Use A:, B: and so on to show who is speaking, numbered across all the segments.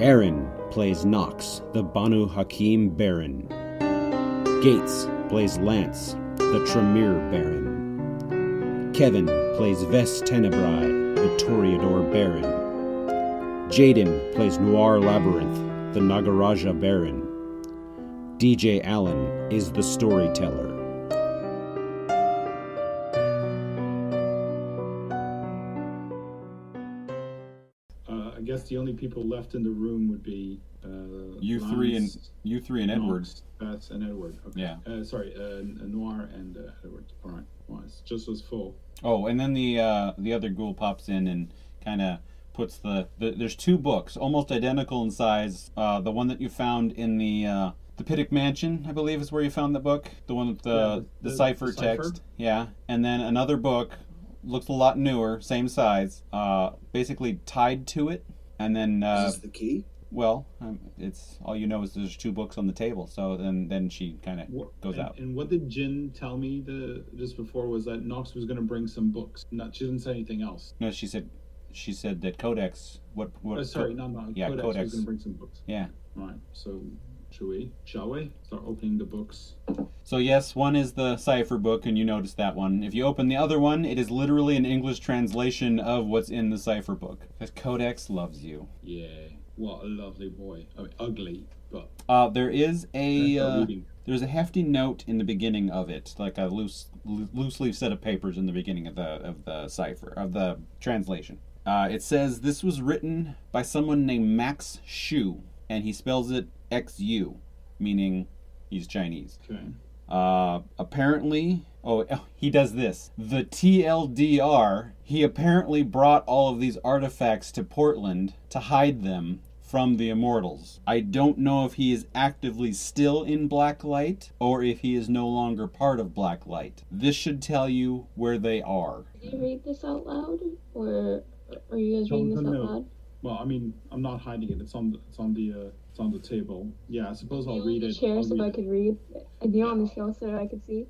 A: Aaron plays Knox, the Banu Hakim Baron. Gates plays Lance, the Tremere Baron. Kevin plays Ves Tenebrae, the Toreador Baron. Jaden plays Noir Labyrinth, the Nagaraja Baron. DJ Allen is the storyteller.
B: Uh, I guess the only people left in the room would be uh,
C: You three and
B: Lance,
C: you three and Edwards.
B: Fats and Edward. Okay.
C: Yeah.
B: Uh, sorry, uh, N- Noir and uh, Edward. All right. Well, it's just as full.
C: Oh, and then the uh, the other ghoul pops in and kind of puts the, the there's two books almost identical in size. Uh, the one that you found in the uh, the Piddick Mansion, I believe, is where you found the book. The one with the
B: Yeah,
C: the,
B: the- the-
C: cipher
B: the cipher.
C: text. Yeah, and then another book looks a lot newer, same size, uh, basically tied to it. And then uh,
D: Is this the key?
C: well, um, it's all you know is there's two books on the table. So then then she kind of
B: What,
C: Goes
B: and,
C: out.
B: And what did Jin tell me the just before was that Knox was going to bring some books. Not she didn't say anything else.
C: no, she said she said that Codex what what
B: Uh, sorry, not Knox.
C: yeah,
B: Codex,
C: Codex.
B: was going to bring some books.
C: yeah.
B: All right. So should we? Shall we start opening the books?
C: So yes, one is the cipher book, and you notice that one. If you open the other one, it is literally an English translation of what's in the cipher book. Because Codex loves you.
B: Yeah. What a lovely boy. I mean, ugly, but
C: Uh, there is a
B: but
C: uh,
B: reading.
C: there's a hefty note in the beginning of it, like a loose loo- loose leaf set of papers in the beginning of the of the cipher of the translation. Uh, it says this was written by someone named Max Shu, and he spells it X U, meaning he's Chinese.
B: Okay.
C: Uh, apparently, oh, oh, he does this. The TLDR, he apparently brought all of these artifacts to Portland to hide them from the immortals. I don't know if he is actively still in Blacklight or if he is no longer part of Blacklight. This should tell you where they are.
E: Did you read this out loud, or are you guys
B: No,
E: reading this
B: no,
E: out
B: no.
E: loud?
B: Well, I mean, I'm not hiding it. It's on the, it's on the, uh, it's on the table. Yeah, I suppose I'll read it.
E: Chair
B: I'll
E: so
B: read
E: I
B: it.
E: could read. And you on the show so I could see.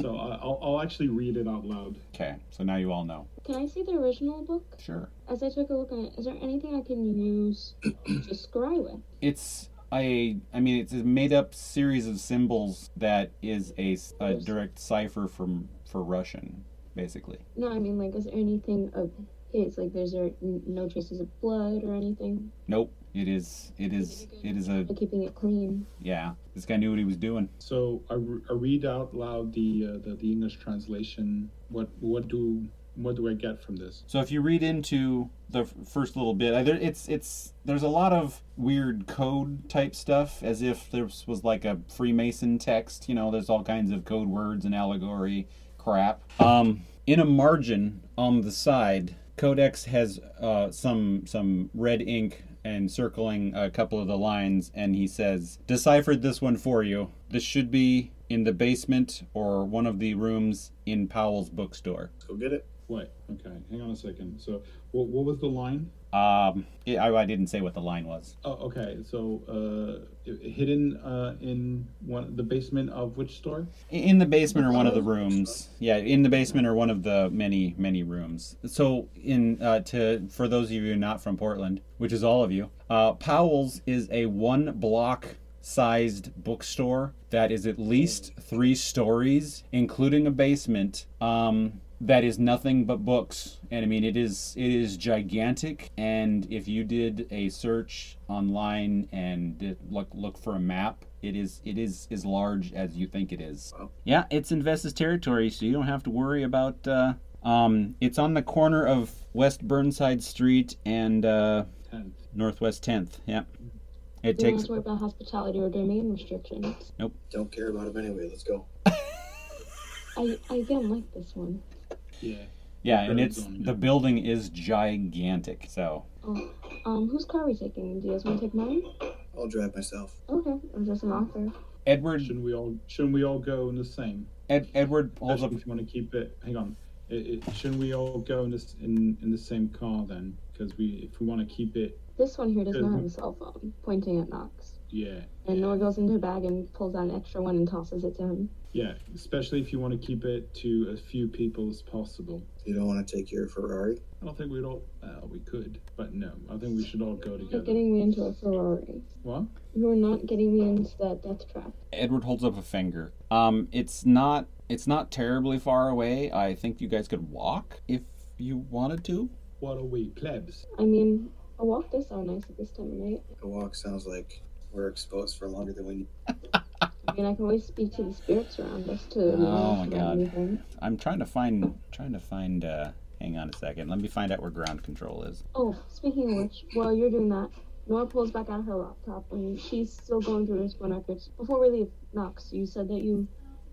B: So I- I'll, I'll actually read it out loud.
C: Okay, so now you all know.
E: Can I see the original book?
C: Sure.
E: As I took a look at it, is there anything I can use to scry with?
C: It's a, I mean, it's a made-up series of symbols that is a, s- a direct cipher from for Russian, basically.
E: No, I mean like, is there anything of his? Like, there's there n- no traces of blood or anything?
C: Nope. It is. It is. It is a.
E: Like keeping it clean.
C: Yeah. This guy knew what he was doing.
B: So I, re- I read out loud the, uh, the the English translation. What what do what do I get from this?
C: So if you read into the f- first little bit, either it's it's there's a lot of weird code type stuff, as if this was like a Freemason text. You know, there's all kinds of code words and allegory crap. Um, in a margin on the side, Codex has uh, some some red ink and circling a couple of the lines, and he says, "Deciphered this one for you. This should be." In the basement or one of the rooms in Powell's bookstore.
D: Let's go get it.
B: Wait, okay, hang on a second. So what what was the line?
C: Um, it, I, I didn't say what the line was.
B: Oh, okay. So uh, i- hidden uh, in one the basement of which store?
C: I- In the basement or one of the rooms. Yeah, in the basement or one of the many, many rooms. So, in uh, to for those of you not from Portland, which is all of you, uh, Powell's is a one block sized bookstore that is at least three stories, including a basement. Um, that is nothing but books and i mean it is it is gigantic and if you did a search online and did look look for a map it is it is as large as you think it is yeah it's investa's territory so you don't have to worry about uh um it's on the corner of west burnside street and uh
B: Tenth.
C: northwest 10th yeah it
E: We don't have
C: takes
E: to worry about hospitality or domain restrictions.
D: Don't care about him anyway. Let's go.
E: I I again like this one.
B: Yeah.
C: yeah and
B: Burns
C: it's
B: on, yeah.
C: the building is gigantic so
E: Oh, um, whose car are we taking? Do you guys want to take mine?
D: I'll drive myself.
E: Okay, I'm just an author.
C: edward
B: Shouldn't we all shouldn't we all go in the same?
C: Ed, edward holds up
B: Especially if you want to keep it. Hang on. It, it, shouldn't we all go in this in, in the same car then? Because we if we want to keep it
E: This one here does not
B: Mhm.
E: have a cell phone, pointing at Knox.
B: Yeah.
E: And
B: yeah.
E: Nora goes into her bag and pulls out an extra one and tosses it to him.
B: Yeah, especially if you want to keep it to as few people as possible.
D: You don't want to take your Ferrari?
B: I don't think we'd all. Uh, we could, but no. I think we should all go
E: You're not
B: together.
E: getting me into a Ferrari.
B: What?
E: You are not getting me into that death trap.
C: Edward holds up a finger. Um, it's not it's not terribly far away. I think you guys could walk if you wanted to.
B: What are we plebs?
E: I mean, a walk does sound nice at this time of night.
D: A walk sounds like we're exposed for longer than we need.
E: I mean, I can always speak to the spirits around us to.
C: Oh
E: know
C: my
E: if
C: God.
E: anything.
C: I'm trying to find trying to find uh hang on a second. Let me find out where ground control is.
E: Oh, speaking of which, while you're doing that, Nora pulls back out her laptop and she's still going through her phone records. Before we leave, Knox, you said that you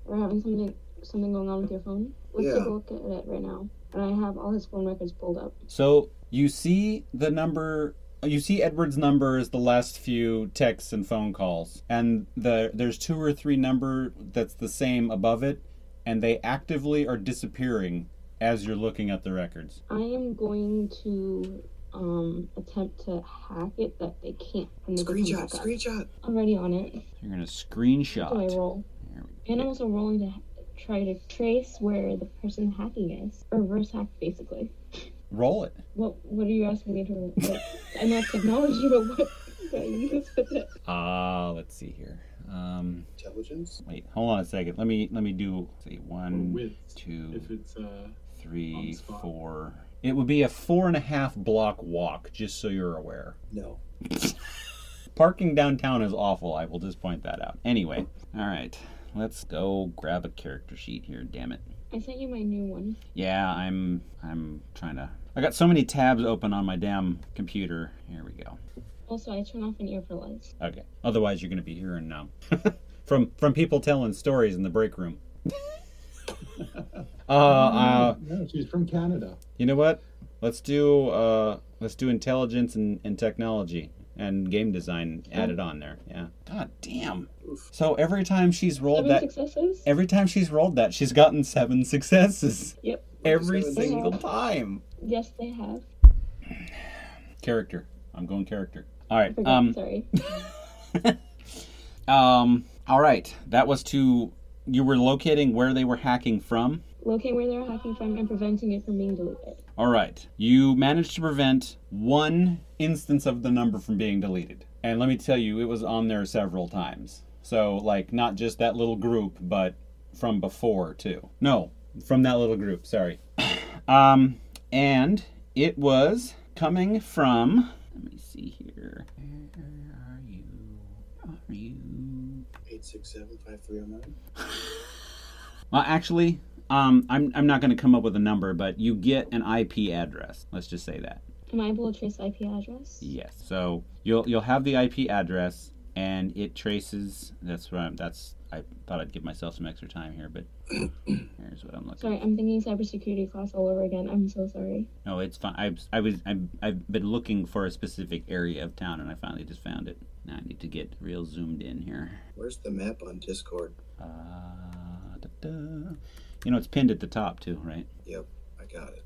E: were having something something going on with your phone. Let's take a
D: Yeah.
E: look at it right now. And I have all his phone records pulled up.
C: So you see the number you see Edward's number is the last few texts and phone calls and the there's two or three number that's the same above it and they actively are disappearing as you're looking at the records.
E: I am going to um attempt to hack it that they can't. And they can come
D: Screenshot,
E: back up.
D: screenshot.
E: Already on it.
C: You're going to
E: Do I
C: screenshot.
E: roll?
C: There we
E: And I'm also rolling to ha- try to trace where the person hacking is. Or reverse hack, basically.
C: Roll it.
E: What What are you asking me to? What, I'm not technology, but what? what you just put it.
C: Ah, let's see here. Um,
D: Intelligence?
C: wait, hold on a second. Let me let me do let's see
B: Or
C: one,
B: with,
C: two,
B: if it's uh, on
C: three,
B: the spot.
C: four. It would be a four and a half block walk, just so you're aware.
D: No.
C: Parking downtown is awful. I will just point that out. Anyway, all right, let's go grab a character sheet here. Damn it.
E: I sent you my new one.
C: Yeah, I'm I'm trying to. I got so many tabs open on my damn computer. Here we go.
E: Also, I turn off an ear for lights.
C: Okay. Otherwise, you're going to be hearing um, from from people telling stories in the break room. uh, uh,
B: no, she's from Canada.
C: you know what? Let's do uh, let's do intelligence and, and technology and game design added on there. Yeah. God damn.
D: Oof.
C: So every time she's rolled
E: Seven
C: that,
E: successes.
C: every time she's rolled that, she's gotten seven successes.
E: Yep.
C: Every
D: Seven.
C: single time.
E: yes, they have.
C: Character. I'm going character. All right.
E: Forgot.
C: Um.
E: Sorry.
C: Um. All right. That was to you were locating where they were hacking from.
E: Locate where they're hacking from and preventing it from being deleted.
C: All right. You managed to prevent one instance of the number from being deleted. And let me tell you, it was on there several times. So, like, not just that little group, but from before, too. No, from that little group, sorry. um, and it was coming from. Let me see here. Where are you? Are you?
D: 8675309.
C: Well, actually, um, I'm, I'm not going to come up with a number, but you get an IP address. Let's just say that.
E: Am I able to trace IP address?
C: Yes. So you'll you'll have the IP address, and it traces. That's what I'm. That's I thought I'd give myself some extra time here, but here's what I'm looking.
E: Sorry, I'm thinking cybersecurity class all over again. I'm so sorry.
C: No, it's fine. I, I was I, I've been looking for a specific area of town, and I finally just found it. Now I need to get real zoomed in here.
D: Where's the map on Discord?
C: Uh, da, da. You know it's pinned at the top too, right?
D: Yep, I got it.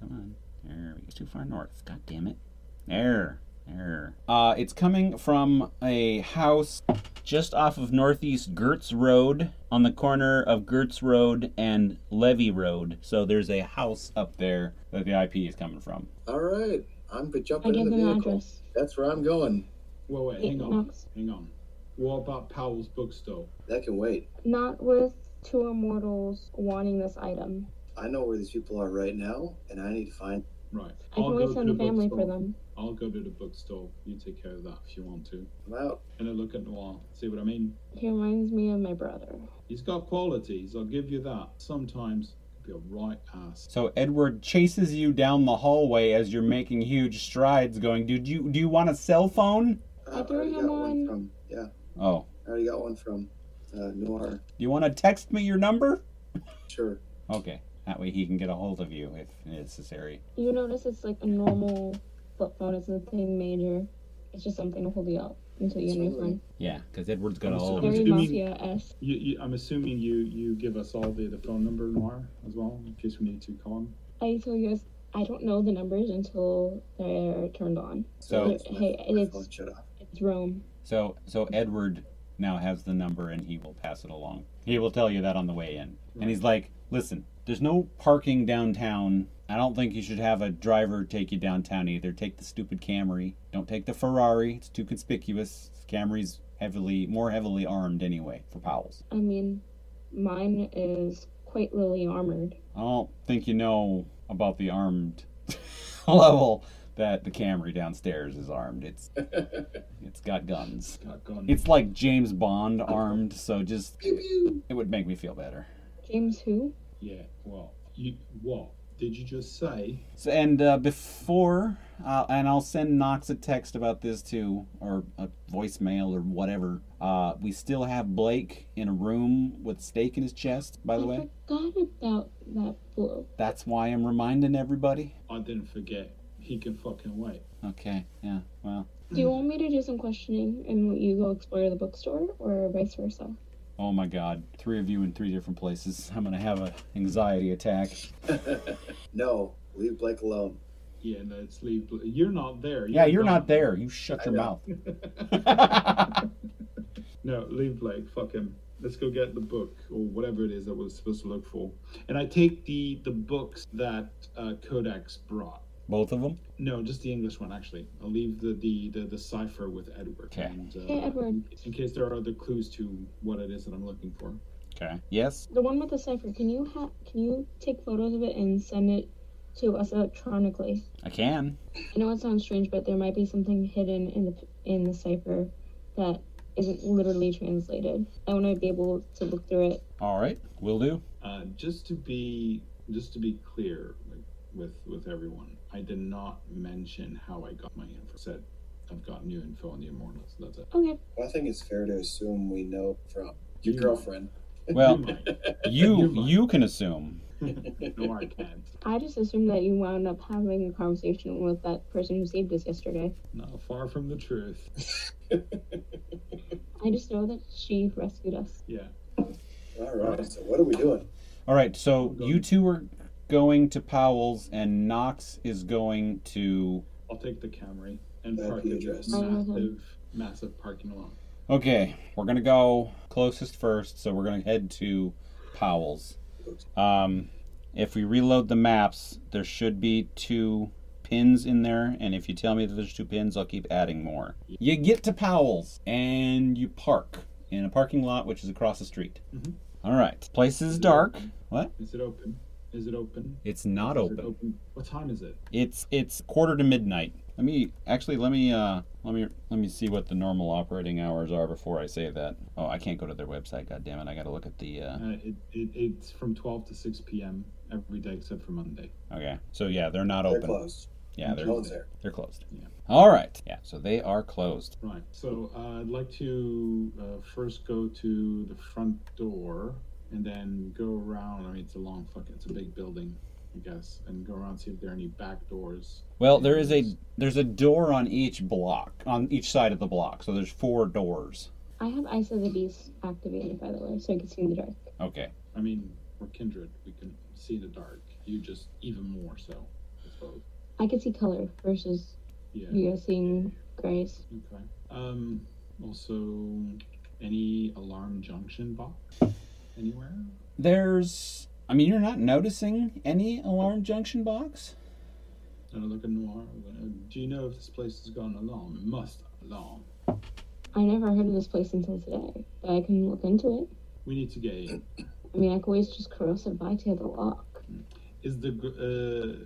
C: Come on. There we go. It's too far north. God damn it. There. There. Uh, it's coming from a house just off of Northeast Gertz Road on the corner of Gertz Road and Levy Road. So there's a house up there that the IP is coming from.
D: All right, I'm b-
E: I
D: jumping
E: gave
D: in the
E: them an
D: vehicle.
E: address.
D: That's where I'm going.
B: Whoa, wait,
E: Hey,
B: hang on,
E: Knox.
B: hang on. What about Powell's bookstore?
D: That can wait.
E: Not with two immortals wanting this item.
D: I know where these people are right now, and I need to find.
B: Right.
E: I can always send a family for them.
B: I'll go to the bookstore. You take care of that if you want to.
D: I'm out.
B: And I look at Noir. See what I mean?
E: He reminds me of my brother.
B: He's got qualities. I'll give you that. Sometimes he'll be a right ass.
C: So Edward chases you down the hallway as you're making huge strides, going, "Dude, you do you want a cell phone?
D: Uh,
E: threw
D: already
E: him
D: got one
E: on-
D: from. Yeah,
C: Oh,
D: I already got one from uh, Noir.
C: you want to text me your number?
D: Sure.
C: Okay, that way he can get a hold of you if necessary.
E: You notice it's like a normal flip phone. It's nothing major. It's just something to hold you up until you get a new phone.
C: Yeah, because Edward's got
B: I'm
C: all.
B: so-
C: of
B: I'm
C: his
E: Very
B: assuming-
E: mafia esque.
B: You, you, I'm assuming you you give us all the, the phone number Noir as well in case we need to call him.
E: I tell you guys I don't know the numbers until they're turned on.
C: So-
D: it's my-
E: Hey,
D: my
E: it's-
D: phone shut off.
E: It's Rome.
C: So so Edward now has the number and he will pass it along. He will tell you that on the way in. And he's like, "Listen, there's no parking downtown. I don't think you should have a driver take you downtown either. Take the stupid Camry. Don't take the Ferrari. It's too conspicuous. Camry's heavily more heavily armed anyway for Powell's.
E: I mean, mine is quite lily armored.
C: I don't think you know about the armed level that the Camry downstairs is armed. It's it's got guns.
B: Got gone.
C: It's like James Bond armed, so just it would make me feel better.
E: James who?
B: yeah. Well, you. Well, did you just say?
C: So and uh, before, uh, and I'll send Knox a text about this too, or a voicemail or whatever. Uh, we still have Blake in a room with a stake in his chest. By the
E: I
C: way,
E: forgot about that blow.
C: that's why I'm reminding everybody.
B: I didn't forget. He can fucking wait.
C: Okay, yeah, well,
E: Do you want me to do some questioning and you go explore the bookstore or vice versa?
C: oh my God, three of you in three different places. I'm gonna have an anxiety attack.
D: no, leave Blake alone.
B: Yeah. Let's leave. You're not there.
C: Yeah, you're
B: gone.
C: not there. You shut your
D: I
C: mouth.
B: No, leave Blake. Fuck him. Let's go get the book or whatever it is that we're supposed to look for. And I take the the books that uh, Codex brought.
C: Both of them.
B: No, just the English one actually. I'll leave the the the, the cipher with Edward.
C: Okay.
B: And, uh,
E: Hey, Edward.
B: In case there are other clues to what it is that I'm looking for.
C: Okay. Yes.
E: The one with the cipher, can you ha- can you take photos of it and send it to us electronically?
C: I can.
E: I know it sounds strange, but there might be something hidden in the in the cipher that isn't literally translated. I want to be able to look through it.
C: All right, will do.
B: Uh, just to be just to be clear like, with with everyone, I did not mention how I got my info. Said I've got new info on the Immortals. That's it.
E: Okay,
D: Well, I think it's fair to assume we know from your
C: Hmm.
D: girlfriend.
C: Well,
B: You
C: you
B: You're fine.
C: you can assume.
B: might. no, I can't.
E: I just assumed that you wound up having a conversation with that person who saved us yesterday.
B: Not far from the truth.
E: I just know that she rescued us.
B: Yeah.
D: All right. So what are we doing?
C: All right, so
B: Go.
C: you two are going to Powell's, and Knox is going to.
B: I'll take the Camry and
D: That'd
B: park
D: be
B: it in
D: addressed.
B: a massive, massive parking lot.
C: Okay, we're gonna go closest first, so we're gonna head to Powell's. Um, if we reload the maps, there should be two pins in there, and if you tell me that there's two pins, I'll keep adding more. You get to Powell's and you park in a parking lot which is across the street.
B: Mhm.
C: All right, place is dark. What?
B: Is it open? Is it open?
C: It's not
B: Is it
C: open.
B: open? What time is it?
C: It's it's quarter to midnight. Let me actually let me uh let me let me see what the normal operating hours are before I say that. Oh, I can't go to their website. God damn it! I got to look at the. Uh,
B: Uh, it, it it's from 12 to 6 p.m. every day except for Monday.
C: okay, so yeah, they're not
D: They're
C: open.
D: closed.
C: Yeah,
D: No
C: they're
D: one's there.
C: they're closed.
B: Yeah.
C: All right. Yeah, so they are closed.
B: Right. So uh, I'd like to uh, first go to the front door and then go around. I mean, it's a long fucking, it's a big building, I guess, and go around see if there are any back doors.
C: Well, there is a there's a door on each block on each side of the block. So there's four doors.
E: I have Ice of the Beast activated, by the way, so I can see in the dark.
C: Okay.
B: I mean, we're kindred. We can see in the dark. You just even more so, I suppose.
E: I can see color versus
B: Yeah.
E: you guys seeing grays.
B: Okay. Um. Also, any alarm junction box anywhere?
C: There's I mean you're not noticing any alarm junction box.
B: And I look at Noir. uh, Do you know if this place has got an alarm? It must have an alarm.
E: I never heard of this place until today, but I can look into it.
B: We need to get in.
E: I mean, I could always just corrosive by to the lock.
B: Is the gr- uh,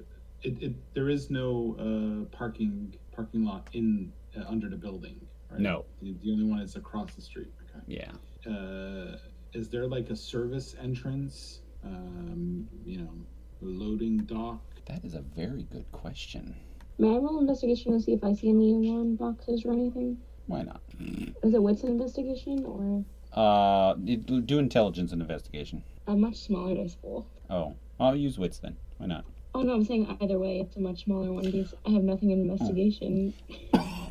B: it, it there is no uh parking parking lot in uh, under the building, right?
C: No.
B: The, the only one is across the street. Okay.
C: Yeah.
B: Uh, is there like a service entrance? Um, you know, loading dock.
C: That is a very good question.
E: May I roll investigation to see if I see any alarm boxes or anything?
C: Why not?
E: Is it wits investigation or
C: Uh, d- do intelligence and investigation.
E: a much smaller dice pool?
C: Oh, I'll use wits then. Why not?
E: Oh no, I'm saying either way, it's a much smaller one because I have nothing in investigation.
C: Oh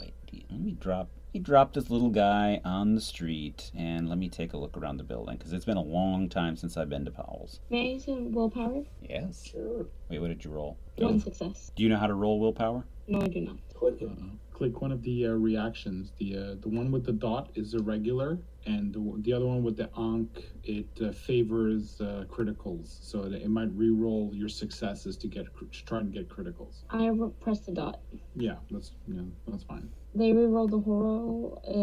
C: wait, do you- let me drop He dropped this little guy on the street, and let me take a look around the building because it's been a long time since I've been to Powell's.
E: May I use some willpower?
C: Yes.
D: Sure.
C: Wait, what did you roll?
E: One success.
C: Do you know how to roll willpower?
E: No, I do not.
D: Click
C: Uh,
D: it.
B: Uh-oh. uh, Click one of the uh, reactions. The uh, the one with the dot is irregular, and the, the other one with the onk it uh, favors uh, criticals. So it, it might re-roll your successes to get cr- to try and get criticals.
E: I re- pressed the dot.
B: Yeah, that's yeah, that's fine.
E: They rerolled the horror.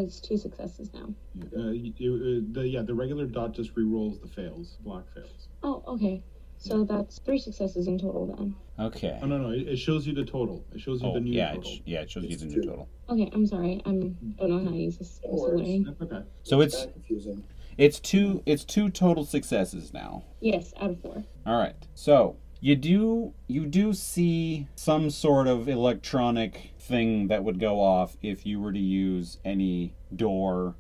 E: It's two successes now.
B: Yeah. Uh, you, you, uh, the yeah the regular dot just re-rolls the fails, block fails.
E: Oh, okay. So that's three successes in total then.
C: Okay.
B: Oh no no, it, it shows you the total. It shows you
C: Oh,
B: the new
C: yeah, it,
B: total.
C: sh- yeah, it shows you
D: It's
C: the new
D: two.
C: total.
E: Okay, I'm sorry. I am don't know how to use this.
D: No
E: this
D: worries.
E: way.
B: That's okay.
C: So it's
D: Kinda confusing.
C: it's two it's two total successes now.
E: Yes, out of four.
C: All right. So you do you do see some sort of electronic thing that would go off if you were to use any door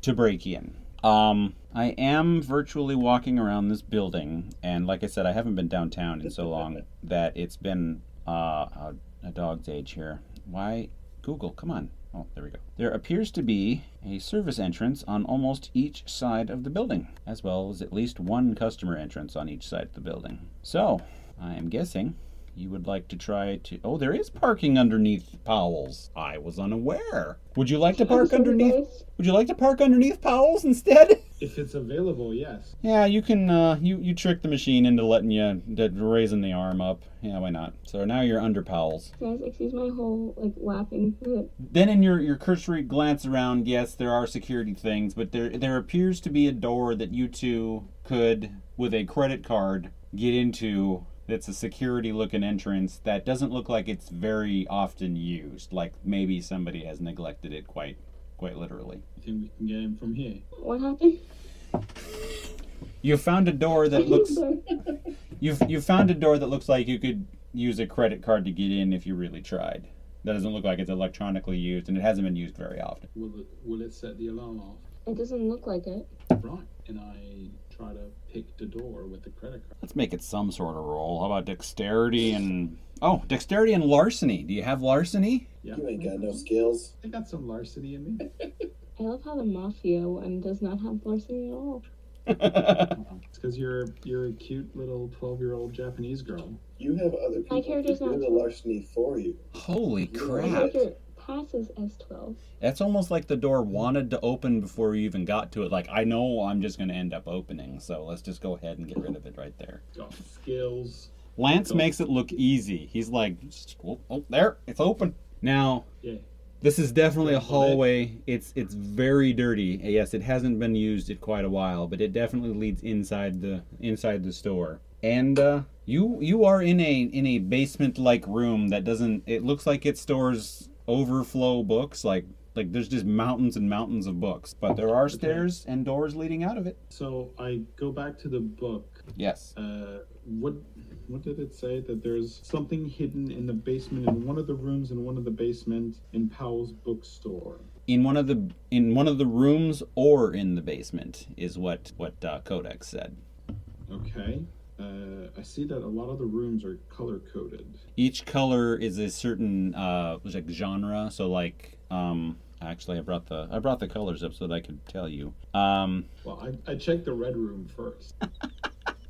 C: to break in. Um, I am virtually walking around this building, and like I said, I haven't been downtown in so long that it's been uh, a, a dog's age here. Why, Google? Come on. Oh, there we go. There appears to be a service entrance on almost each side of the building, as well as at least one customer entrance on each side of the building. So, I am guessing you would like to try to. Oh, there is parking underneath Powell's. I was unaware. Would you like to
E: I'm
C: park
E: sorry,
C: underneath?
E: guys.
C: Would you like to park underneath Powell's instead?
B: If it's available, yes.
C: Yeah, you can. Uh, you you trick the machine into letting you d- raising the arm up. Yeah, why not? So now you're under Powell's.
E: Guys, excuse my whole like laughing.
C: Then in your, your cursory glance around, yes, there are security things, but there there appears to be a door that you two could, with a credit card, get into. That's a security looking entrance that doesn't look like it's very often used. Like maybe somebody has neglected it quite quite literally.
B: I think we can get him from here.
E: What happened?
C: You found a door that looks.
E: Sorry.
C: You've you found a door that looks like you could use a credit card to get in if you really tried. That doesn't look like it's electronically used, and it hasn't been used very often.
B: Will it, will it set the alarm off?
E: It doesn't look like it.
B: Right. And I try to pick the door with the credit card.
C: Let's make it some sort of roll. How about dexterity and oh, dexterity and larceny? Do you have larceny?
B: Yeah.
D: You ain't got no skills.
B: I got some larceny in me.
E: I love how the mafia one does not have larceny at all.
B: It's because you're you're a cute little twelve year old Japanese girl.
D: You have other people.
E: My character's
D: who
E: not-
D: do the larceny for you.
C: Holy
E: My
C: crap!
E: character passes S12.
C: That's almost like the door wanted to open before you even got to it. Like I know I'm just going to end up opening, so let's just go ahead and get rid of it right there.
B: Got skills.
C: Lance
B: Cool.
C: makes it look easy. He's like, just, oh, oh, there, it's open. Now,
B: Yeah.
C: this is definitely a
B: Don't believe it.
C: hallway. It's it's very dirty. Yes, it hasn't been used in quite a while, but it definitely leads inside the inside the store. And uh, you you are in a in a basement like room that doesn't. It looks like it stores overflow books. Like like there's just mountains and mountains of books, but there are stairs and doors leading out of it.
B: So I go back to the book.
C: Yes.
B: Uh, what what did it say? That there's something hidden in the basement in one of the rooms in one of the basement in Powell's bookstore.
C: in one of the in one of the rooms or in the basement is what what uh, Codex said.
B: Okay. Uh, I see that a lot of the rooms are color coded.
C: Each color is a certain uh, was like genre. So like um, actually I brought the I brought the colors up so that I could tell you. Um,
B: Well, I, I checked the red room first.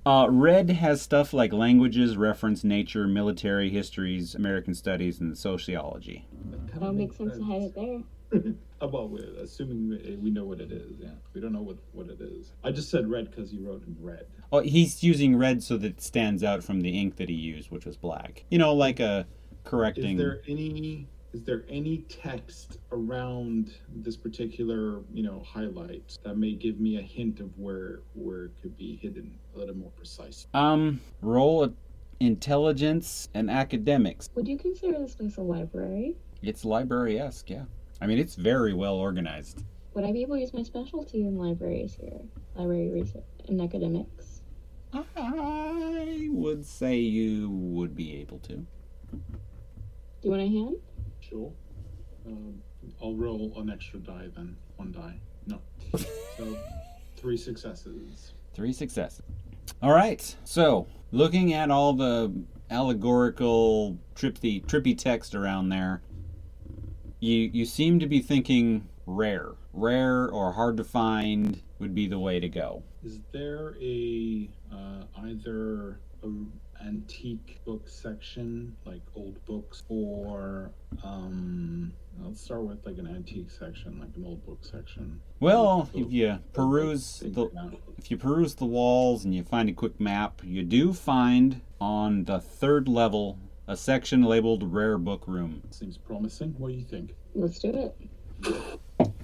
C: Uh, red has stuff like languages, reference, nature, military, histories, American studies, and sociology.
B: That
E: That makes sense to have it there.
B: About well, assuming we- eh, we know what it is. Yeah, we don't know what what it is. I just said red because he wrote in red.
C: Oh, he's using red so that it stands out from the ink that he used, which was black. You know, like a
B: Is
C: correcting.
B: there any is there any text around this particular you know highlight that may give me a hint of where where it could be hidden a little more precise?
C: Um, roll a intelligence and academics.
E: Would you consider this place a library?
C: It's library esque, yeah. I mean, it's very well organized.
E: Would I be able to use my specialty in libraries here? Library research and academics.
C: I would say you would be able to.
E: Do you want a hand?
B: Sure. Um, I'll roll an extra die then. One die. No. So three successes.
C: Three successes. All right. So, looking at all the allegorical trippy trippy text around there, you you seem to be thinking rare. Rare or hard to find would be the way to go.
B: Is there a uh, either a antique book section, like old books, or um, let's start with like an antique section, like an old book section.
C: Well,
B: Cool.
C: if you peruse
B: Figure
C: the
B: it out.
C: if you peruse the walls and you find a quick map, you do find on the third level a section labeled Rare Book Room.
B: Seems promising. What do you think?
E: Let's do it.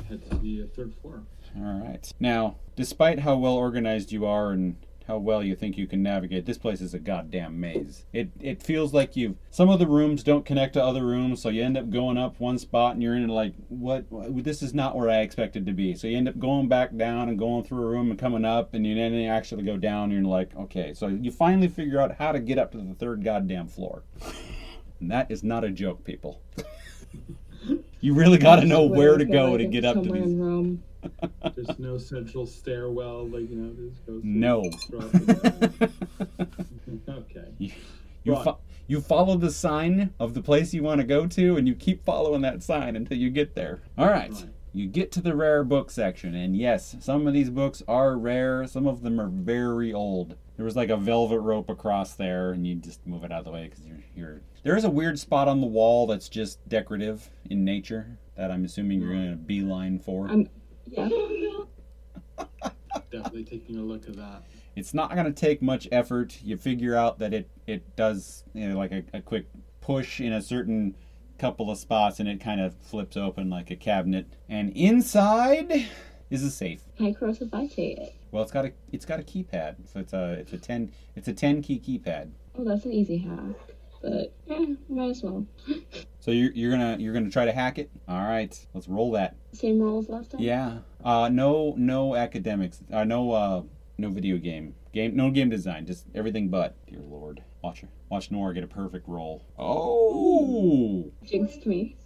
B: Head to the uh, third floor.
C: All right. Now, despite how well organized you are and how well you think you can navigate, this place is a goddamn maze. It it feels like you've some of the rooms don't connect to other rooms, so you end up going up one spot and you're in like what this is not where I expected to be. So you end up going back down and going through a room and coming up, and you then you actually go down and you're like, okay. So you finally figure out how to get up to the third goddamn floor. And that is not a joke, people. you really got to know where to go to get up to
E: Somewhere
C: these.
E: in Rome.
B: There's no central stairwell, like you know. This goes through-
C: No.
B: throughout the- okay.
C: You,
B: Right.
C: fo- you follow the sign of the place you want to go to, and you keep following that sign until you get there. All right.
B: Right.
C: You get to the rare book section, and yes, some of these books are rare. Some of them are very old. There was like a velvet rope across there, and you just move it out of the way because you're, you're. There is a weird spot on the wall that's just decorative in nature that I'm assuming you're going to beeline for.
E: I'm- Yeah.
B: Definitely taking a look at that.
C: it's not going to take much effort. You figure out that it it does you know, like a, a quick push in a certain couple of spots, and it kind of flips open like a cabinet. And inside is a safe.
E: Can I cross if I take it?
C: Well, it's got a it's got a keypad. So it's a it's a ten it's a ten key keypad.
E: Oh, that's an easy hack. But yeah, might as well.
C: So you're, you're gonna you're gonna try to hack it. All right, let's roll that.
E: Same role as last time.
C: Yeah. Uh, no no academics. Uh, no uh, no video game game no game design. Just everything but. Dear Lord, watch her watch Nora get a perfect roll. Oh.
E: Jinxed me.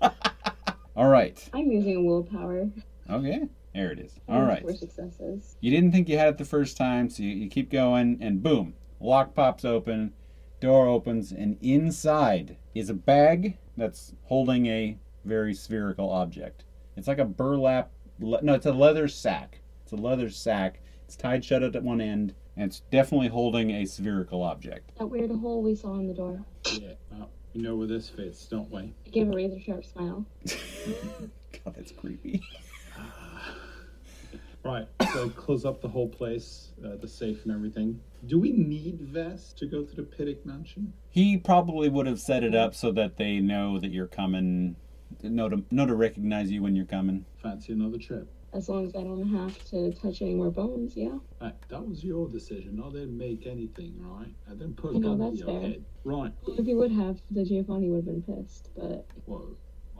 C: All right.
E: I'm using willpower.
C: Okay. There it is.
E: I
C: All
E: have
C: right.
E: Four successes.
C: You didn't think you had it the first time, so you, you keep going, and boom, lock pops open, door opens, and inside is a bag that's holding a very spherical object. It's like a burlap, le- no, it's a leather sack. It's a leather sack. It's tied shut at one end, and it's definitely holding a spherical object.
E: That weird hole we saw in the door.
B: Yeah. Well, we know where this fits, don't we?
E: I gave a razor sharp smile.
C: God, that's creepy.
B: Right. So close up the whole place, uh, the safe and everything. Do we need vests to go to the Piddick Mansion?
C: He probably would have set it up so that they know that you're coming, know to, know to recognize you when you're coming.
B: Fancy another trip?
E: As long as I don't have to touch any more bones, yeah.
B: Uh, that was your decision. I didn't make anything, right? I didn't put a
E: No,
B: gun to
E: that's
B: your
E: fair.
B: head. Right.
E: If you would have, the Giovanni would have been pissed. But,
B: Well,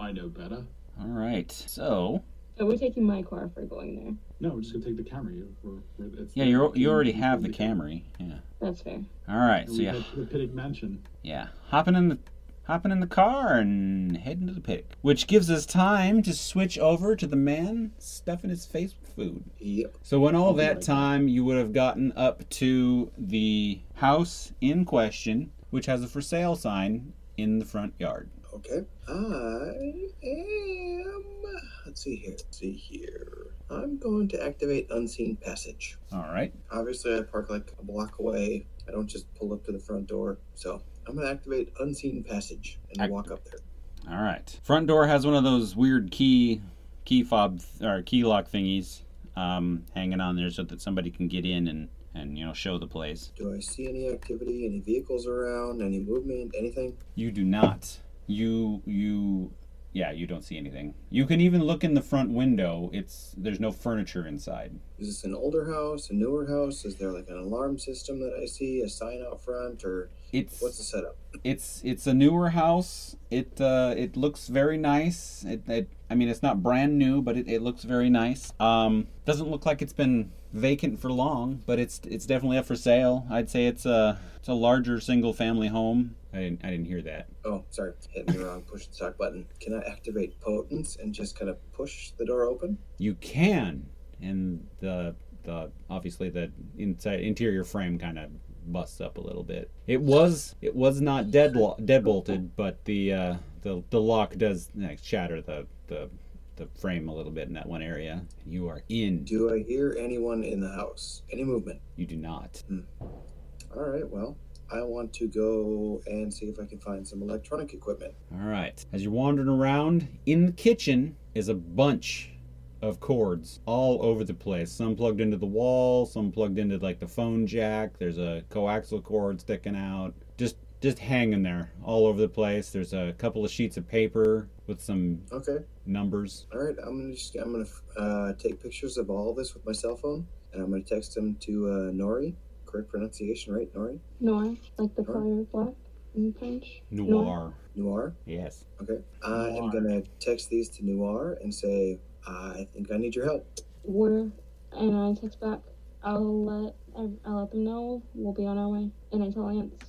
B: I know better.
C: All right. So
E: but we're taking my car for going there.
B: No, we're just gonna take the camera. You- We're, we're, it's
C: yeah,
B: the-
C: you you already have the
B: the camera.
C: Camry. Yeah.
E: That's fair.
C: All right.
B: And
C: So
B: we
C: yeah,
B: head to the Piddick Mansion.
C: yeah, hopping in the hopping in the car and heading to the pick, which gives us time to switch over to the man stuffing his face with food.
D: Yep.
C: So in all
B: Something
C: that
B: like that.
C: time, you would have gotten up to the house in question, which has a for sale sign in the front yard.
D: Okay. I am. Let's see here. Let's see here. I'm going to activate Unseen Passage.
C: All right.
D: Obviously, I park like a block away. I don't just pull up to the front door. So I'm going to activate Unseen Passage and walk up there.
C: All right. Front door has one of those weird key key fob or key lock thingies um, hanging on there so that somebody can get in and and you know show the place.
D: Do I see any activity, any vehicles around, any movement, anything?
C: You do not. You you yeah, you don't see anything. You can even look in the front window. It's there's no furniture inside.
D: Is this an older house, a newer house? Is there like an alarm system that I see, a sign out front, or
C: It's
D: what's the setup?
C: it's it's a newer house. It uh, it looks very nice. It, it I mean it's not brand new, but it, it looks very nice. Um, doesn't look like it's been vacant for long, but it's it's definitely up for sale. I'd say it's a it's a larger single family home. I didn't I didn't hear that.
D: Oh, sorry, hit me wrong. Push the stock button. Can I activate potence and just kind of push the door open?
C: You can, and the the obviously the inside interior frame kind of busts up a little bit. It was it was not dead deadbolted, but the uh, the the lock does like, shatter the the the frame a little bit in that one area. You are in.
D: Do I hear anyone in the house? Any movement?
C: You do not.
D: All right, well, I want to go and see if I can find some electronic equipment.
C: All right. As you're wandering around, in the kitchen is a bunch of cords all over the place. Some plugged into the wall, some plugged into like the phone jack. There's a coaxial cord sticking out. Just just hanging there all over the place. There's a couple of sheets of paper with some
D: Okay.
C: numbers.
D: All right, I'm gonna just I'm gonna uh, take pictures of all this with my cell phone, and I'm gonna text them to uh, Nori. Correct pronunciation, right? Nori
E: Noir, like the color of black in French.
C: Noir.
D: Noir.
C: Yes.
D: Okay. I am
B: Noir.
D: gonna text these to Noir and say, I think I need your help.
E: Water, and I text back. I'll let ev- I'll let them know we'll be on our way, and I tell Ants.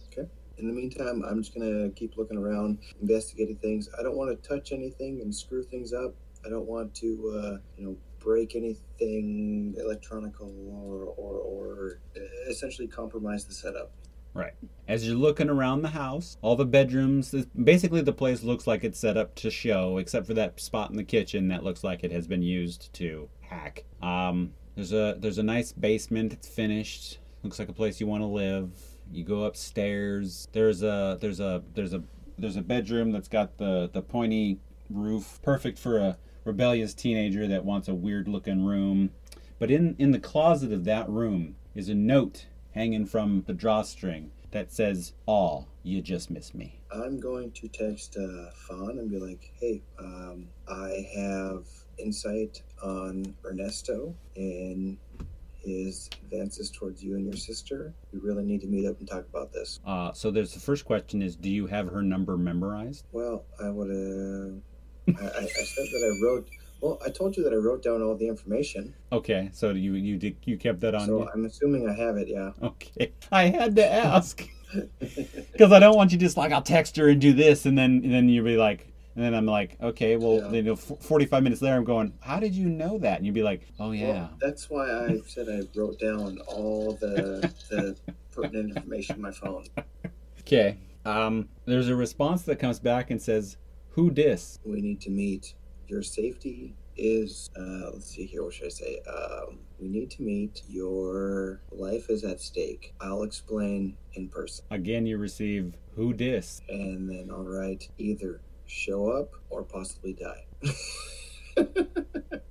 D: In the meantime, I'm just gonna keep looking around, investigating things. I don't want to touch anything and screw things up. I don't want to, uh, you know, break anything electronical or or, or uh, essentially compromise the setup.
C: As you're looking around the house, all the bedrooms, this- basically the place looks like it's set up to show, except for that spot in the kitchen that looks like it has been used to hack. Um, there's a there's a nice basement. It's finished. Looks like a place you want to live. You go upstairs. There's a there's a there's a there's a bedroom that's got the the pointy roof, perfect for a rebellious teenager that wants a weird looking room. But in, in the closet of that room is a note hanging from the drawstring that says, All, you just missed me.
D: I'm going to text uh, Fawn and be like, "Hey, um, I have insight on Ernesto and his advances towards you and your sister. We really need to meet up and talk about this."
C: Uh, so there's the first question is, Do you have her number memorized?
D: Well, I would have. I, I, I said that I wrote. Well, I told you that I wrote down all the information,
C: Okay, so you you did, you kept that on
D: so
C: you?
D: I'm assuming I have it. Yeah.
C: Okay. I had to ask. Because I don't want you just like, I'll text her and do this, and then, and then you'll be like, and then I'm like, okay, well,
D: Yeah.
C: you know, f- 45 minutes later, I'm going, how did you know that? And you'd be like, oh, yeah.
D: Well, that's why I said I wrote down all the the pertinent information on my phone.
C: Okay. Um, there's a response that comes back and says, "Who dis?"
D: We need to meet. Your safety is. Uh, let's see here. What should I say? Um, we need to meet. Your life is at stake. I'll explain in person,
C: Again, you receive "Who dis?"
D: and then all right, either show up or possibly die.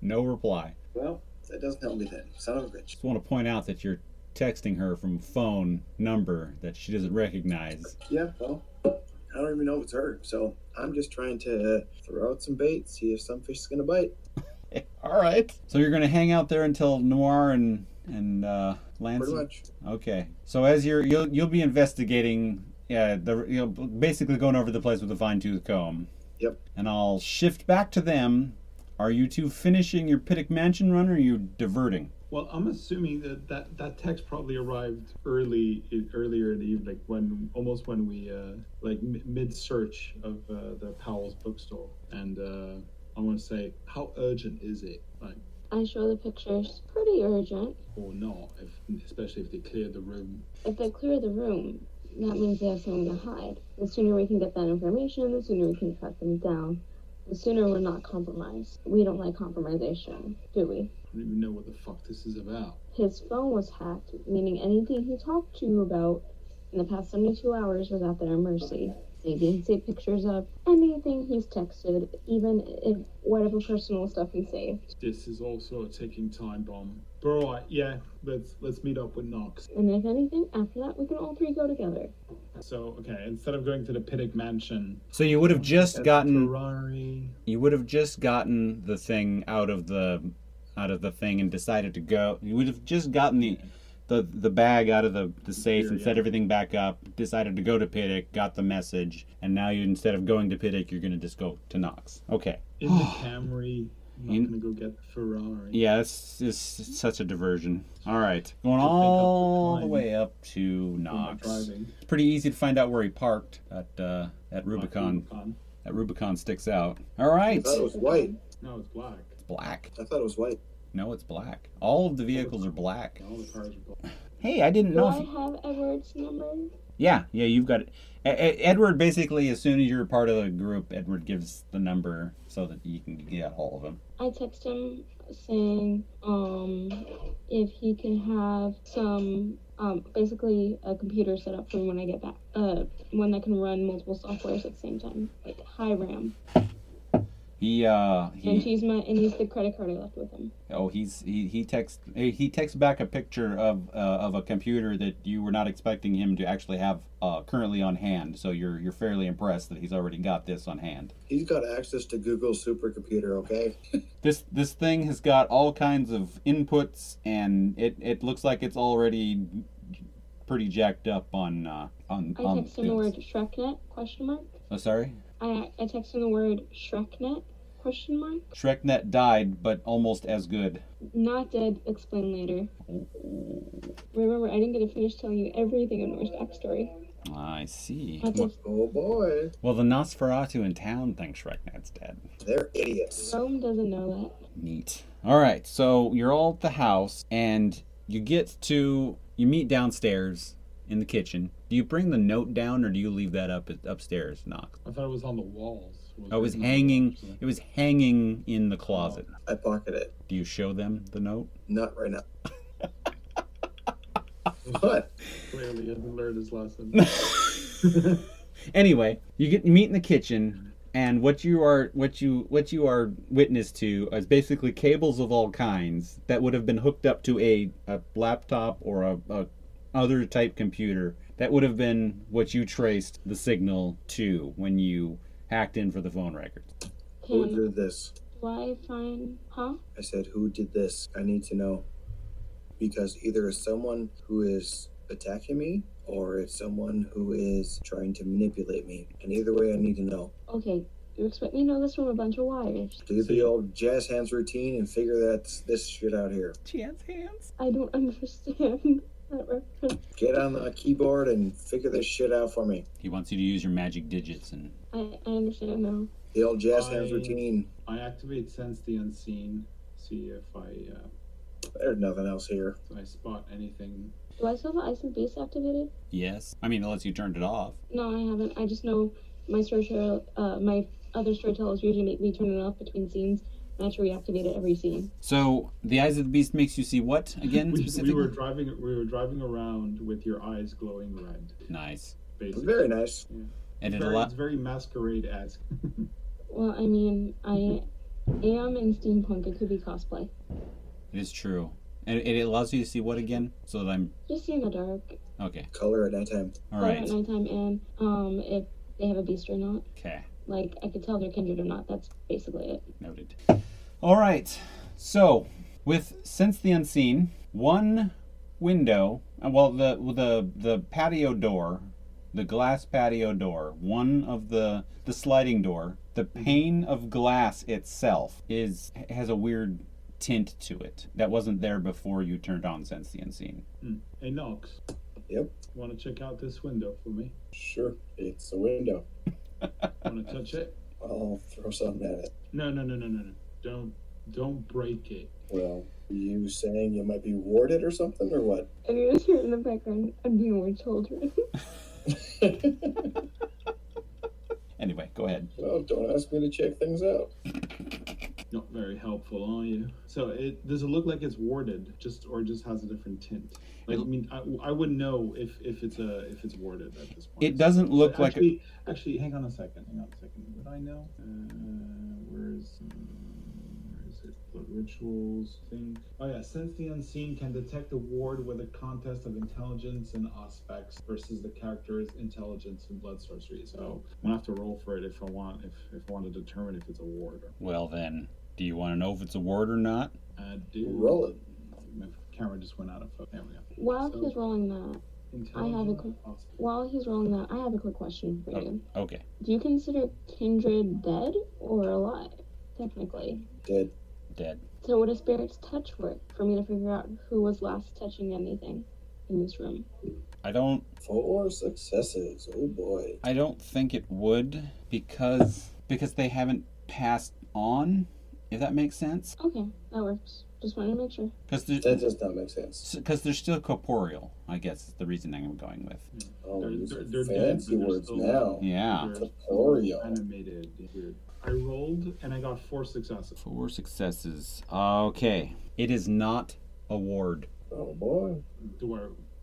C: No reply.
D: Well, that doesn't help me then. Son of a bitch.
C: Just want to point out that you're texting her from a phone number that she doesn't recognize.
D: Yeah, well, I don't even know if it's her. So I'm just trying to throw out some bait, see if some fish is going to bite.
C: All right. So you're gonna hang out there until Noir and and uh, Lance.
D: Pretty much.
C: Okay. So as you're you'll you'll be investigating. Yeah, the you know, basically going over the place with a fine tooth comb.
D: Yep.
C: And I'll shift back to them. Are you two finishing your Piddick Mansion run, or are you diverting?
B: Well, I'm assuming that that, that text probably arrived early in, earlier in the evening, like when almost when we uh, like m- mid search of uh, the Powell's bookstore, and uh, I want to say, how urgent is it? Like,
E: I show the pictures. Pretty urgent.
B: or not, if, especially if they cleared the room.
E: If they clear the room, that means they have something to hide. The sooner we can get that information, the sooner we can track them down. The sooner we're not compromised. We don't like compromisation, do we?
B: I don't even know what the fuck this is about.
E: His phone was hacked, meaning anything he talked to you about in the past 72 hours was at their mercy. They can see pictures of anything he's texted, even if whatever personal stuff he saved.
B: This is also a ticking time bomb. But all right, yeah, let's let's meet up with Knox.
E: And if anything, after that, we can all three go together.
B: So okay, instead of going to the Piddick Mansion,
C: So you would have just
B: at
C: gotten
B: Ferrari.
C: you would have just gotten the thing out of the out of the thing and decided to go you would have just gotten the the, the bag out of the, the safe and
B: yeah.
C: set everything back up decided to go to Piddick got the message and now you instead of going to Piddick you're gonna just go to Knox okay
B: in the Camry. I'm not
C: In-
B: gonna go get the Ferrari.
C: yeah this is such a diversion all right going
B: Should think up the
C: all the
B: time.
C: way up to
B: when I'm
C: Knox
B: driving.
C: pretty easy to find out where he parked at uh, at Rubicon
B: Rubicon.
C: that Rubicon sticks out all
D: I
C: right
D: thought it was white.
B: No, it's black.
C: black
D: I thought it was white.
C: no it's black all of the vehicles are black
B: All the cars are black.
C: Hey, I didn't
E: Do
C: know.
E: I
C: If,
E: have Edward's number?
C: Yeah, yeah, you've got it. E- E- Edward basically, as soon as you're part of the group, Edward gives the number so that you can get all of them.
E: I text him saying um, if he can have some, um, basically a computer set up for me when I get back, uh, one that can run multiple softwares at the same time, like high RAM.
C: He uh
E: And
C: he
E: he's my and he's the credit card I left with him.
C: oh he's he he texts he texts back a picture of uh, of a computer that you were not expecting him to actually have uh, currently on hand. So you're you're fairly impressed that he's already got this on hand.
D: He's got access to Google supercomputer, okay?
C: This this thing has got all kinds of inputs, and it, it looks like it's already pretty jacked up on uh, on
E: I
C: on.
E: text him the word Shreknet question mark.
C: Oh, sorry.
E: I I text him the word Shreknet question mark.
C: Shreknet died, but almost as good.
E: Not dead. Explain later. Remember, I didn't get to finish telling you everything of Nor's backstory.
C: I see.
E: I just
D: Oh boy,
C: Well, the Nosferatu in town thinks Shreknet's dead.
D: they're idiots.
E: Rome doesn't know
C: Neat. All right, so you're all at the house, and you get to you meet downstairs in the kitchen. Do you bring the note down, or do you leave that up upstairs, Knox?
B: I thought it was on the walls.
C: Oh, it was
B: written on the
C: hanging.
B: walls, wasn't
C: It was hanging in the closet.
D: I pocket it.
C: Do you show them the note?
D: Not right now. What?
B: Clearly, he hasn't learned his lesson.
C: Anyway, you get you meet in the kitchen, and what you are what you what you are witness to is basically cables of all kinds that would have been hooked up to a, a laptop or a, a other type computer. That would have been what you traced the signal to when you hacked in for the phone records.
E: that.
D: Who
E: Can
D: did this?
E: do I find? Huh?
D: I said, Who did this? I need to know. Because either it's someone who is attacking me or it's someone who is trying to manipulate me. And either way, I need to know.
E: Okay, you expect me to know this from a bunch of wires?
D: Do
B: So
D: the
B: you-
D: old jazz hands routine and figure that this shit out here.
C: Chance hands.
E: I don't understand that reference.
D: Get on the keyboard and figure this shit out for me.
C: He wants you to use your magic digits and
E: I, I understand now.
D: The old jazz hands
B: I-
D: routine.
B: I activate sense the unseen, see if I uh,
D: There's nothing else here.
B: if I spot anything.
E: Do I still have Ice and Beast activated?
C: yes. I mean, unless you turned it off.
E: No, I haven't. I just know my storyteller, uh, my other storytellers usually make me turn it off between scenes, and I have to reactivate it every scene.
C: So the eyes of the beast makes you see what again
B: We,
C: specifically?
B: we were driving. We were driving around with your eyes glowing red.
C: Nice.
B: Basically,
D: Very nice.
C: And it
B: Very-
C: allo-
B: it's very masquerade esque.
E: Well, I mean, I am in steampunk. It could be cosplay.
C: It is true. And it allows you to see what again? So that I'm
E: Just see in the dark.
C: okay.
D: Color at nighttime.
C: All
E: color
B: Mm-hmm.
C: right.
E: At nighttime, and um, if they have a beast or not.
C: Okay.
E: Like, I could tell they're kindred or not. That's basically it.
C: Noted. All right. So, with since the unseen, one window, uh, well the the the patio door, the glass patio door, one of the the sliding door, the
B: Mm-hmm.
C: pane of glass itself is has a weird tint to it that wasn't there before you turned on since the unseen.
B: hey Knox.
D: Yep.
B: Want to check out this window for me?
D: Sure. It's a window.
B: Want to touch it?
D: I'll throw something at it.
B: No, no, no, no, no, no. Don't don't break it.
D: Well, you saying you might be warded or something or what?
E: If you just hear it in the background, I'm being more children.
C: Anyway, go ahead.
D: Well, don't ask me to check things out.
B: Not very helpful, are you? So it does it look like it's warded, just or just has a different tint? Like, I mean, I, I wouldn't know if if it's a if it's warded at this point.
C: It doesn't look
B: But
C: like a,
B: actually, actually, hang on a second. Hang on a second. Would I know? Uh, where's where is it? Blood rituals. Think. Oh yeah. Since the unseen can detect a ward with a contest of intelligence and aspects versus the character's intelligence and blood sorcery. So I'm gonna have to roll for it if I want. If if I want to determine if it's a ward. Or,
C: well then, do you want to know if it's a word or not?
B: uh, do
D: Roll it.
B: My camera just went out of focus. There we go.
E: While
B: So-
E: he's rolling that,
B: Intelligence,
E: quick-
B: aspects.
E: while he's rolling that, I have a quick question
C: Oh.
E: for you.
C: Okay.
E: Do you consider kindred dead or alive? Technically.
D: Dead.
C: Dead.
E: So would a spirit's touch work for me to figure out who was last touching anything in this room?
C: I don't
D: Four successes. Oh boy.
C: I don't think it would because because they haven't passed on if that makes sense.
E: Okay, that works. Just wanted to make sure.
C: Because
D: That does not make sense.
C: because they're still corporeal, I guess is the reasoning I'm going with.
D: Oh,
B: They're-
D: these
B: they're-
D: are
B: they're dead,
D: fancy
B: but they're
D: words
B: still-
D: now.
C: Yeah.
B: They're
D: Ah, Tutorial.
B: Animated. Weird. I rolled and I got four successes.
C: Four successes. Okay. It is not award.
D: Oh boy.
B: Do I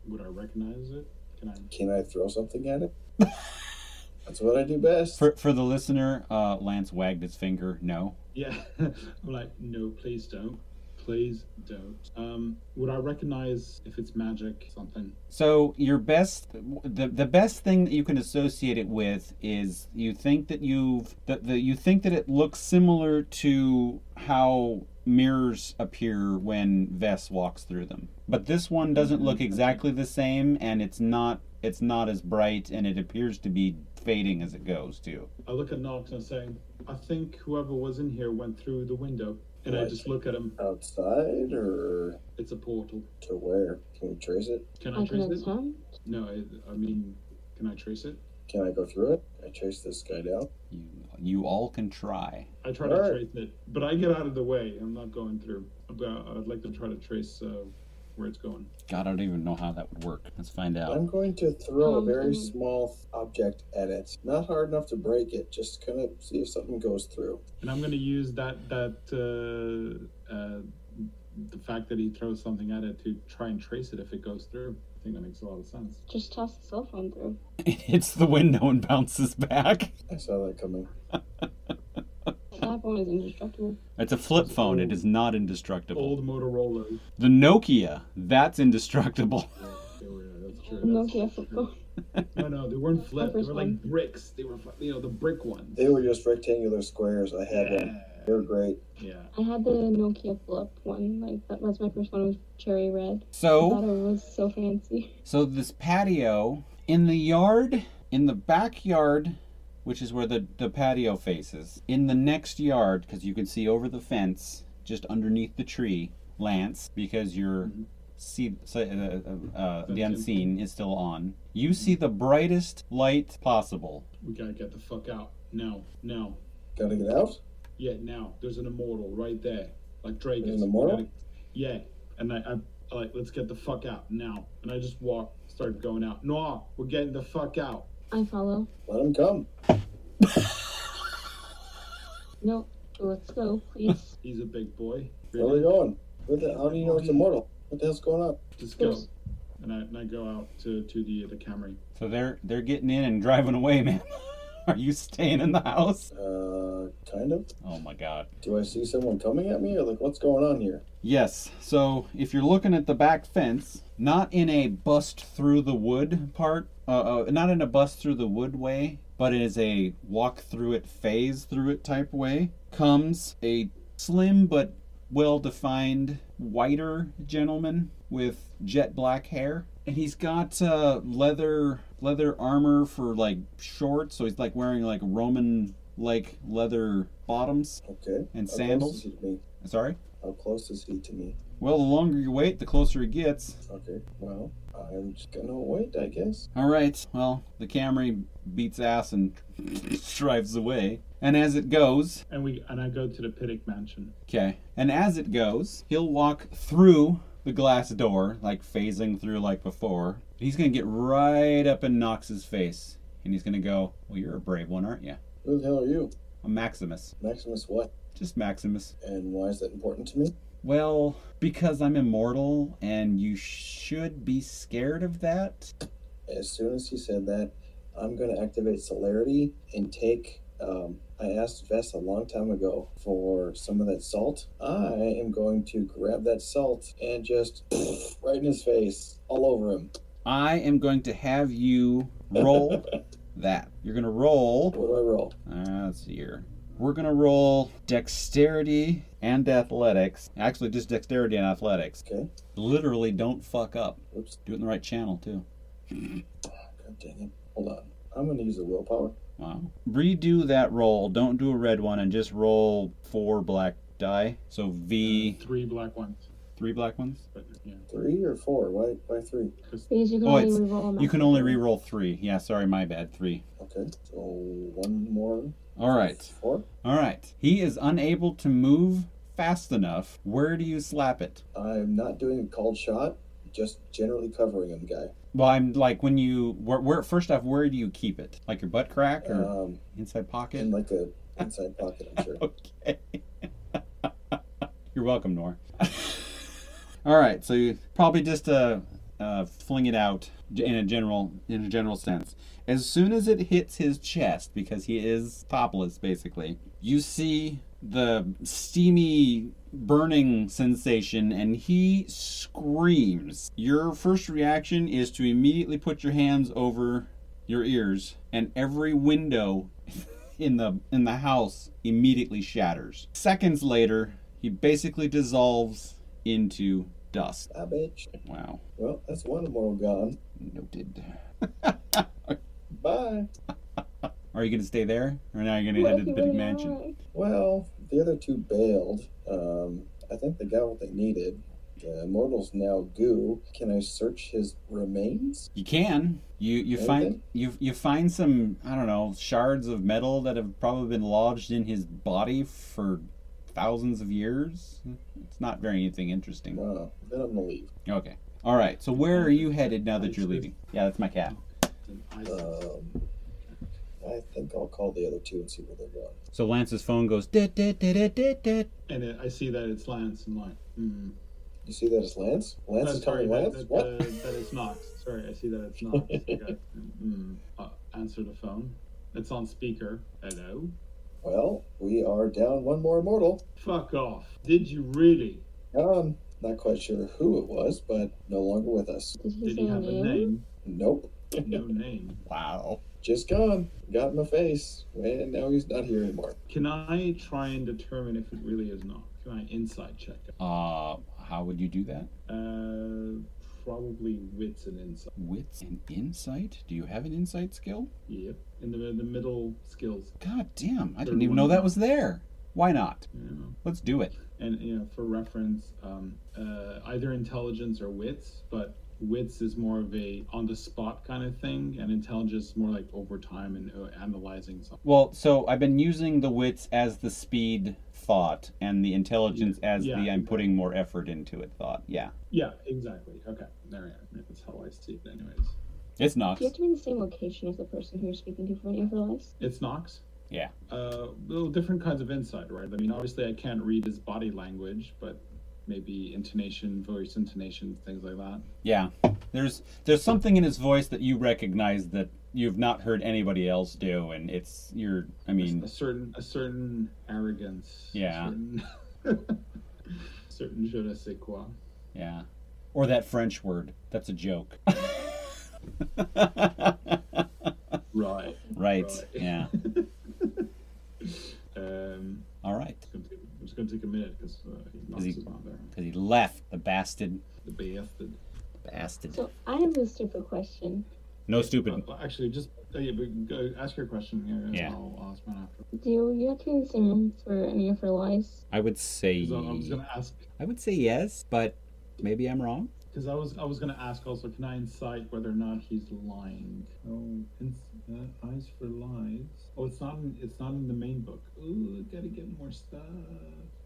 B: would I recognize it? Can I?
D: Can I throw something at it? That's what I do best.
C: For for the listener, uh, Lance wagged his finger. No.
B: Yeah. I'm like, no, please don't. Please don't. Um, would I recognize if it's magic something?
C: So your best, the the best thing that you can associate it with is you think that you've that the, you think that it looks similar to how mirrors appear when Vess walks through them. But this one doesn't look exactly the same, and it's not it's not as bright, and it appears to be fading as it goes too.
B: I look at Knox and I say, I think whoever was in here went through the window. And I
D: Right.
B: just look at him.
D: Outside or
B: It's a portal.
D: to where? Can we trace it?
B: Can I
E: I can
B: trace it?
E: attempt.
B: No, I, I mean, can I trace it?
D: Can I go through it? Can I trace this guy down?
C: You you all can try.
B: I try to
D: Alright.
B: trace it, but I get out of the way. I'm not going through. I've got, I'd like to try to trace uh, where it's going.
C: God, I don't even know how that would work. Let's find out.
D: I'm going to throw a
E: Um,
D: very
E: um.
D: small object at it. Not hard enough to break it, just kind of see if something goes through.
B: And I'm going to use that that uh, uh, the fact that he throws something at it to try and trace it if it goes through. I think that makes a lot of sense.
E: Just toss the cell phone through.
C: It hits the window and bounces back.
D: I saw that coming.
E: That phone is indestructible.
C: It's a flip phone. It is not indestructible.
B: Old Motorola.
C: The Nokia, that's indestructible.
B: Yeah, they were, that's true. that's-
E: Nokia flip phone.
B: No, no, they weren't flipped. They
E: first
B: were
E: one.
B: like bricks. They were, fu- you know, the brick ones.
D: They were just rectangular squares. I had them.
B: yeah.
D: They were great.
B: yeah.
E: I had the Nokia flip one. Like that was my first one. It was cherry red. I thought
C: So,
E: it was so fancy.
C: so this patio in the yard, in the backyard, which is where the the patio faces, in the next yard because you can see over the fence, just underneath the tree, Lance, because you're.
B: Mhm.
C: See, so, uh, uh, uh, the
B: Unseen.
C: unseen is still on. You see the brightest light possible.
B: We gotta get the fuck out now, now.
D: Gotta get out?
B: Yeah, now. There's an immortal right there, like Drake.
D: There's
B: is.
D: an immortal?
B: We gotta- Yeah, and I, I, I like, let's get the fuck out now. And I just walk, start going out. No, we're getting the fuck out.
E: I follow.
D: Let him come.
E: No, let's go, please.
B: He's a big boy.
D: Where are we
B: Really?
D: going? What the, how do you know it's immortal? What the hell's going on?
B: Just go.
E: There's-
B: And I, and I go out to, to the the Camry.
C: So they're they're getting in and driving away, man. Are you staying in the house?
D: Uh, kind of.
C: Oh my God.
D: Do I see someone coming at me or like what's going on here?
C: Yes. So if you're looking at the back fence, not in a bust through the wood part, uh, uh, not in a bust through the wood way, but it is a walk through it, phase through it type way, comes a slim but well defined whiter gentleman with jet black hair. And he's got uh, leather leather armor for like shorts, so he's like wearing like Roman like leather bottoms
D: Okay.
C: and
D: How Close is
C: sandals.
D: he to me?
C: Sorry.
D: How close is he to me?
C: Well, the longer you wait, the closer it gets.
D: Okay. Well, I'm just gonna wait, I guess.
C: All right. Well, the Camry beats ass and drives away. And as it goes,
B: And we and I go to the Piddick Mansion.
C: okay. And as it goes, he'll walk through the glass door, like phasing through like before. He's gonna get right up in Knox's face, and he's gonna go, "Well, you're a brave one, aren't you?
D: Who the hell are you?
C: A Maximus,
D: Maximus what?
C: just Maximus."
D: And why is that important to me?
C: Well, because I'm immortal, and you should be scared of that.
D: As soon as he said that, I'm gonna activate celerity and take um I asked Vess a long time ago for some of that salt. I am going to grab that salt and just right in his face, all over him.
C: I am going to have you roll that. You're going to roll.
D: What do I roll?
C: Uh, let's see here. We're going to roll dexterity and athletics. Actually, just dexterity and athletics.
D: Okay.
C: Literally, don't fuck up.
D: Oops.
C: Do it in the right channel, too.
D: God dang it. Hold on. I'm gonna use the willpower.
C: Wow. Redo that roll. Don't do a red one and just roll four black die. So V,
B: Three black ones.
C: three black ones?
B: But yeah,
D: Three or four? Why why three?
B: because
E: Because you can
C: Oh,
E: only
C: it's-
E: reroll them.
C: You can only re roll three. Yeah, sorry, my bad. Three.
D: Okay. So one more
C: All right.
D: Four.
C: All right. He is unable to move fast enough. Where do you slap it?
D: I'm not doing a cold shot, just generally covering him, guy.
C: Well, I'm like when you where, where first off, where do you keep it? Like your butt crack or
D: Um,
C: inside pocket?
D: in like a inside pocket, I'm sure.
C: okay. You're welcome, Nor. All right, so you probably just uh, uh, fling it out g- in a general in a general sense. As soon as it hits his chest, because he is topless basically, you see the steamy burning sensation and he screams. Your first reaction is to immediately put your hands over your ears and every window in the in the house immediately shatters. Seconds later, he basically dissolves into dust.
D: Ah, bitch.
C: Wow.
D: Well, that's one more gone.
C: Noted.
D: Bye.
C: Are you gonna stay there? Or now you're gonna
E: What
C: head to
E: if
C: the big
E: you really
C: mansion?
E: are?
D: Well, the other two bailed. Um, I think they got what they needed. The immortal's now goo. Can I search his remains?
C: You can. You you
D: Okay.
C: find you you find some I don't know shards of metal that have probably been lodged in his body for thousands of years. It's not very anything interesting.
D: No. Then I'm gonna leave.
C: Okay. All right. So where are you headed now that you're leaving? Yeah, that's my cat.
B: Then I
D: Um, I think I'll call the other two and see where they're going.
C: So Lance's phone goes. "Dit, dit, dit, dit, dit, dit."
B: and it, I see that it's Lance and like, mm.
D: You see that as Lance? Lance
B: Uh,
D: is telling
B: that,
D: Lance?
B: that,
D: What?
B: uh, that it's Knox. Sorry, I see that it's Knox. I got- mm, uh, answer the phone. It's on speaker. Hello.
D: Well, we are down one more immortal.
B: Fuck off. Did you really?
D: Um, not quite sure who it was, but no longer with us.
E: Did he
B: Did
E: say
B: you
E: a
B: have a
E: name?
B: name?
D: Nope.
B: No name.
C: Wow.
D: Just gone. Got in my face. And now he's not here anymore.
B: Can I try and determine if it really is Knox? Can I inside check it?
C: Uh, how would you do that?
B: Uh, probably wits and insight.
C: Wits and insight? Do you have an insight skill?
B: Yep. In the the middle skills.
C: God damn, I
B: Third
C: didn't even know
B: one.
C: that was there. Why not?
B: You know.
C: Let's do it.
B: and you know for reference um, uh, either intelligence or wits but wits is more of a on the spot kind of thing and intelligence is more like over time and uh, analyzing something
C: Well, so I've been using the wits as the speed thought and the intelligence as
B: Yeah.
C: the I'm putting more effort into it thought. Yeah.
B: yeah exactly okay there we go that's how i see it anyways
C: It's Nox.
E: Do you have to be in the same location as the person who you're speaking to for an Everlast?
B: it's knox
C: Yeah.
B: uh little different kinds of insight right i mean obviously i can't read his body language but maybe intonation voice intonation things like that
C: Yeah. There's there's something in his voice that you recognize that you've not heard anybody else do and it's you're I
B: a
C: mean
B: certain a certain arrogance a
C: Yeah.
B: certain, certain je ne sais quoi
C: yeah. Or that French word. That's a joke.
B: right
C: Right.
B: Right.
C: Yeah.
B: Um,
C: All right.
B: it's gonna take, it's gonna take a minute because uh, he knocks
C: he-
B: us out there.
C: Because he left the bastard.
B: The bastard.
C: Bastard.
E: So I have a stupid question.
C: No stupid.
B: Uh, actually, just uh, yeah, but go, ask your question. Yeah,
C: Yeah.
B: I'll, I'll ask mine after.
E: Do you have to be in the same room for any of her lies?
C: I would say.
B: 'Cause I, I was gonna ask.
C: I would say yes, but maybe I'm wrong.
B: Because I was I was gonna ask also. Can I incite whether or not he's lying? Oh, ins- uh, eyes for lies. Oh, it's not. In, it's not in the main book. Ooh, gotta get more stuff.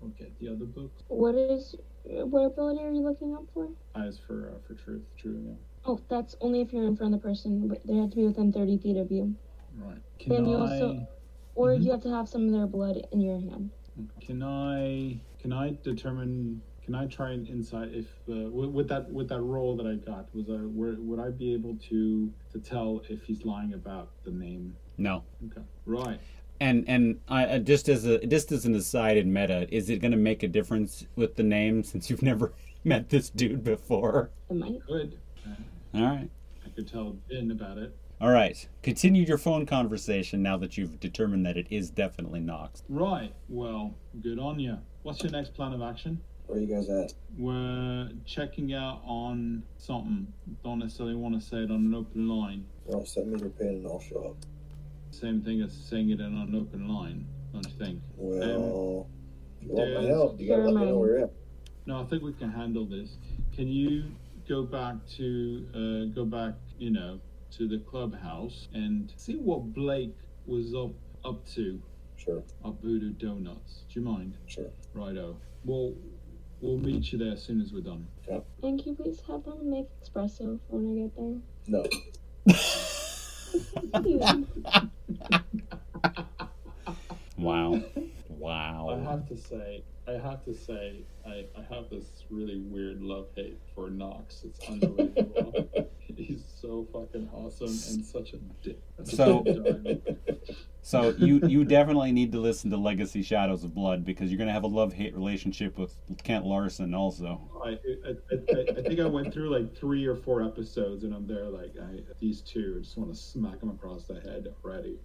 B: I'll get the other books.
E: What is what ability are you looking up for?
B: Eyes for uh, for truth. True. Yeah.
E: Oh, that's only if you're in front of the person. but They have to be within 30 feet of you,
B: Right. Can
E: Then you
B: I?
E: also- or
C: Mm-hmm.
B: Mhm.
E: you have to have some of their blood in your hand.
B: Can I can I determine? Can I try and insight if uh, with, with that with that role that I got was I were, would I be able to to tell if he's lying about the name?
C: No.
B: Okay, right.
C: And and I, I- just as a just as an aside in meta, is it going to make a difference with the name since you've never met this dude before?
E: It might.
B: Good. Uh,
C: All right.
B: I could tell Ben about it.
C: All right. Continue your phone conversation now that you've determined that it is definitely Nox.
B: Right. Well, good on you. What's your next plan of action?
D: Where are you guys at?
B: We're checking out on something. Don't necessarily want to say it on an open line.
D: Well, send me your pin and I'll show up.
B: Same thing as saying it on an open line. Don't you think?
D: Well, if you want my
B: there's-
D: help, you gotta let me know where you're at.
B: No, I think we can handle this. Can you go back to uh, go back, you know, to the clubhouse and see what Blake was up up to?
D: Sure,
B: I'll voodoo donuts. Do you mind?
D: sure.
B: Righto. We'll we'll meet you there as soon as we're done.
E: And can you please have them make espresso for when I get there?
D: No.
E: Thank you.
C: Wow.
B: I
C: Wow.
B: have to say, I have to say, I, I have this really weird love hate for Knox. It's unbelievable. He's so fucking awesome and such a dick. at the
C: So-
B: same time.
C: So you you definitely need to listen to Legacy Shadows of Blood because you're gonna have a love hate relationship with Kent Larson also.
B: I, I, I, I think I went through like three or four episodes, and I'm there like I, these two. I just want to smack them across the head already.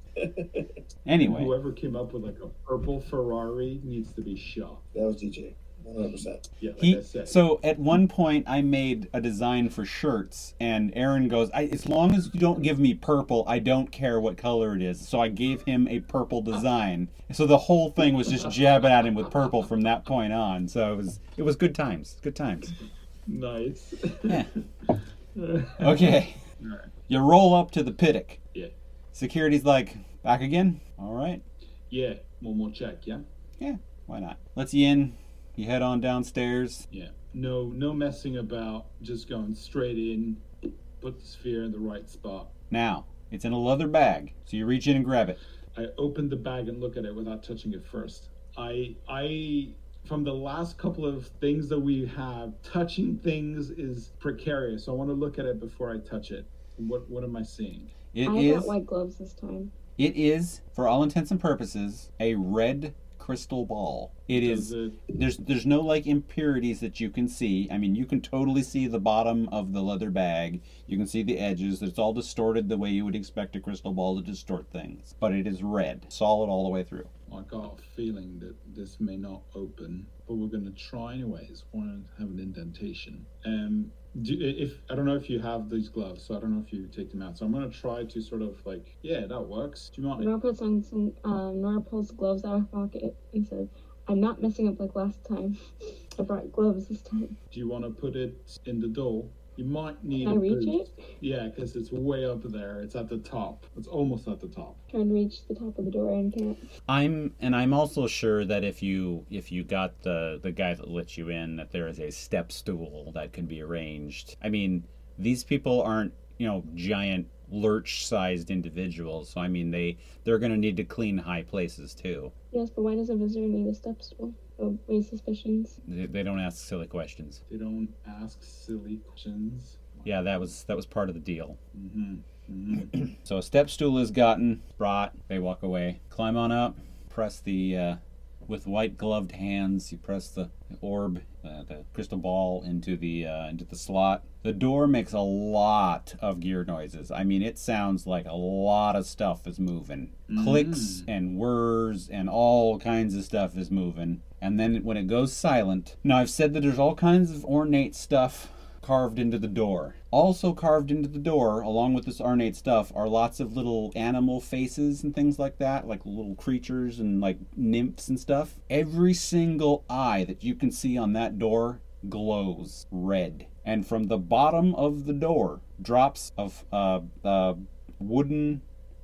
C: Anyway,
B: Whoever came up with like a purple Ferrari needs to be shot.
D: That was DJ. 100%.
B: Yeah, like I
C: he
B: said.
C: so at one point I made a design for shirts and Aaron goes, I, as long as you don't give me purple, I don't care what color it is. So I gave him a purple design. So the whole thing was just jabbing at him with purple from that point on. So it was it was good times. Good times.
B: nice.
C: Yeah. Okay. You roll up to the Piddick.
B: Yeah.
C: Security's like, back again? All right.
B: Yeah, one more check. Yeah.
C: Why not? Let's you in. You head on downstairs.
B: Yeah. No, no messing about. Just going straight in. Put the sphere in the right spot.
C: Now, it's in a leather bag, so you reach in and grab it.
B: I opened the bag and look at it without touching it first. I, I, from the last couple of things that we have, touching things is precarious. So I want to look at it before I touch it. What, what am I seeing?
C: It
E: I
C: is.
E: got white gloves this time.
C: It is, for all intents and purposes, a red crystal ball. It
B: Does
C: is. There's there's no like impurities that you can see. I mean, you can totally see the bottom of the leather bag. You can see the edges. It's all distorted the way you would expect a crystal ball to distort things. But it is red, solid all the way through.
B: I got a feeling that this may not open, but we're going to try anyways. Why not have an indentation? Um, do, i- if I don't know if you have these gloves, so I don't know if you take them out. So I'm going to try to sort of like, yeah, that works. Do you mind?
E: Nora puts on some. Uh, Nora pulls gloves out of her pocket and says, "I'm not messing up like last time. I brought gloves this time.
B: Do you want to put it in the door? You might need.
E: Can I
B: a
E: reach
B: boot.
E: it?
B: Yeah, because it's way up there. It's at the top. It's almost at the top.
E: Trying to reach the top of the door and can't.
C: I'm and I'm also sure that if you if you got the the guy that let you in that there is a step stool that can be arranged. I mean, these people aren't, you know, giant lurch-sized individuals. So I mean, they they're going to need to clean high places too.
E: Yes, but why does a visitor need a step stool? Oh, raise suspicions.
C: They, they don't ask silly questions.
B: They don't ask silly questions.
C: Yeah, that was that was part of the deal.
B: hmm hmm
C: So a step stool is gotten, brought, they walk away. Climb on up, press the, uh, with white gloved hands, you press the orb, uh, the crystal ball into the uh, into the slot. The door makes a lot of gear noises. I mean, it sounds like a lot of stuff is moving. Clicks and whirs and all kinds of stuff is moving. And then when it goes silent, now I've said that there's all kinds of ornate stuff carved into the door. Also carved into the door, along with this ornate stuff, are lots of little animal faces and things like that, like little creatures and like nymphs and stuff. Every single eye that you can see on that door glows red, and from the bottom of the door drops of uh, uh, wooden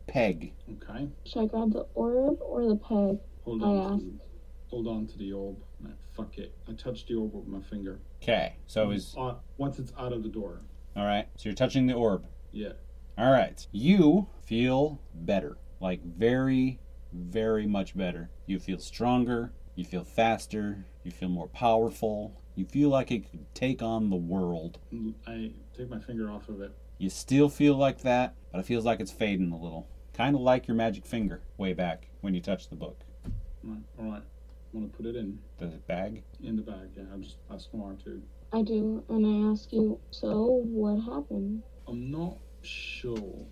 C: peg.
B: Okay.
E: Should I grab the orb or the peg?
B: Hold
E: I
B: on. To, hold on to the orb. No, fuck it. I touched the orb with my finger.
C: Okay, so is
B: Uh, once it's out of the door.
C: all right. So you're touching the orb.
B: Yeah.
C: All right. You feel better. Like very, very much better. You feel stronger. You feel faster. You feel more powerful. You feel like it could take on the world.
B: I take my finger off of it.
C: You still feel like that, but it feels like it's fading a little. Kind of like your magic finger way back when you touched the book.
B: All right. All right. I want to put it in
C: The bag.
B: in the bag. Yeah. I'm just ask Noir to.
E: I do, and I ask you. So what happened?
B: I'm not sure.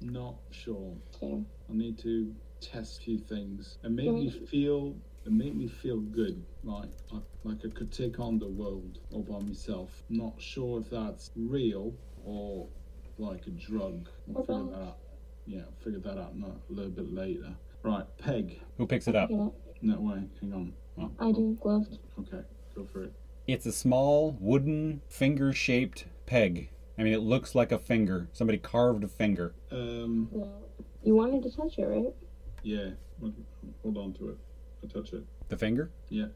B: not sure.
E: Okay.
B: I need to test a few things. It made me
E: Mm.
B: feel. It made me feel good, like I, like I could take on the world all by myself. Not sure if that's real or like a drug. We'll
E: Or
B: figure
E: both.
B: that out. Yeah, I'll figure that out no, a little bit later. Right, peg.
C: Who picks it up?
E: Yeah,
B: No way. Hang on. Oh,
E: I do. Gloved.
B: Okay, go for it.
C: It's a small wooden finger shaped peg. I mean, it looks like a finger. Somebody carved a finger.
B: Um,
E: Yeah. You wanted to touch it, right?
B: yeah. What, Hold on to it. I touch it.
C: The finger
E: You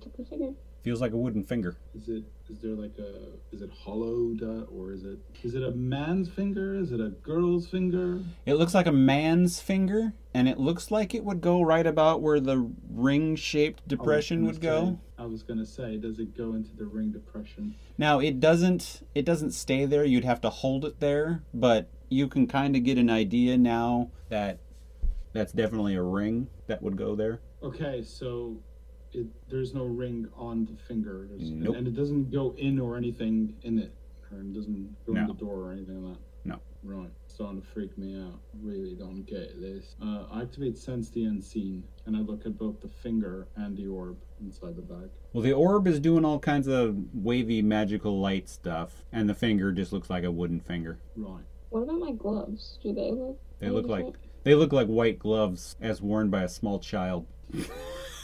E: took the figure.
C: feels like a wooden finger.
B: Is it? Is there like a? Is it hollowed uh, or is it? Is it a man's finger? Is it a girl's finger?
C: It looks like a man's finger, and it looks like it would go right about where the ring-shaped
B: I was
C: depression
B: gonna
C: would go.
B: say- I was gonna say, does it go into the ring depression?
C: Now it doesn't it doesn't stay there. You'd have to hold it there, but you can kind of get an idea now that that's definitely a ring that would go there.
B: Okay, so it, there's no ring on the finger, there's,
C: Nope.
B: and it doesn't go in or anything in it, or it doesn't go
C: No.
B: in the door or anything like that.
C: No.
B: Right, it's starting to freak me out. Really don't get this. Uh, I activate sense the unseen, and I look at both the finger and the orb inside the bag.
C: Well, the orb is doing all kinds of wavy magical light stuff, and the finger just looks like a wooden finger.
B: Right.
E: What about my gloves? Do they look?
C: They look like they look like white gloves as worn by a small child.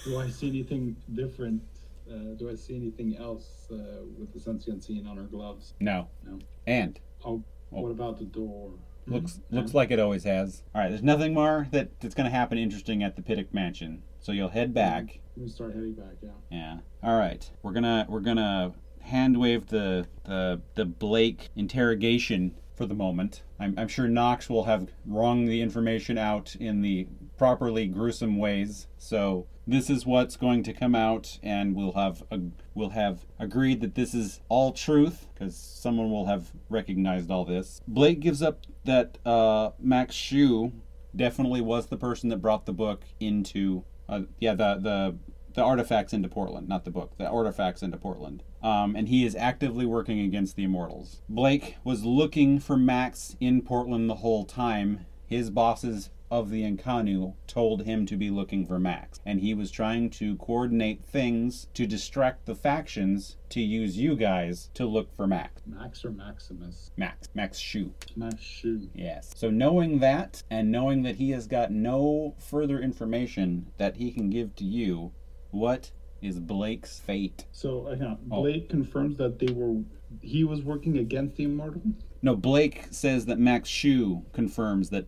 B: Do I see anything different? Uh, do I see anything else uh, with the sense the unseen on her gloves?
C: No.
B: No.
C: And
B: Oh,
C: Oh.
B: what about the door?
C: looks
B: Hmm?
C: looks like it always has. All right, there's nothing more that that's going to happen interesting at the Piddock mansion. So you'll head back.
B: We start heading back. Yeah.
C: Yeah. All right. We're gonna we're gonna hand wave the the the Blake interrogation for the moment. I'm, I'm sure Knox will have wrung the information out in the properly gruesome ways. So this is what's going to come out, and we'll have a, we'll have agreed that this is all truth because someone will have recognized all this. Blake gives up that uh, Max Shu definitely was the person that brought the book into uh, yeah the the the artifacts into Portland, not the book, the artifacts into Portland. Um, and he is actively working against the Immortals. Blake was looking for Max in Portland the whole time. His bosses of the Nkanu told him to be looking for Max, and he was trying to coordinate things to distract the factions to use you guys to look for Max.
B: Max or Maximus?
C: Max, Max Shu.
B: Max Shoe.
C: Yes. So knowing that, and knowing that he has got no further information that he can give to you, what is Blake's fate?
B: So hang on.
C: Oh.
B: Blade confirms that they were. He was working against the immortal.
C: No, Blake says that Max Shu confirms that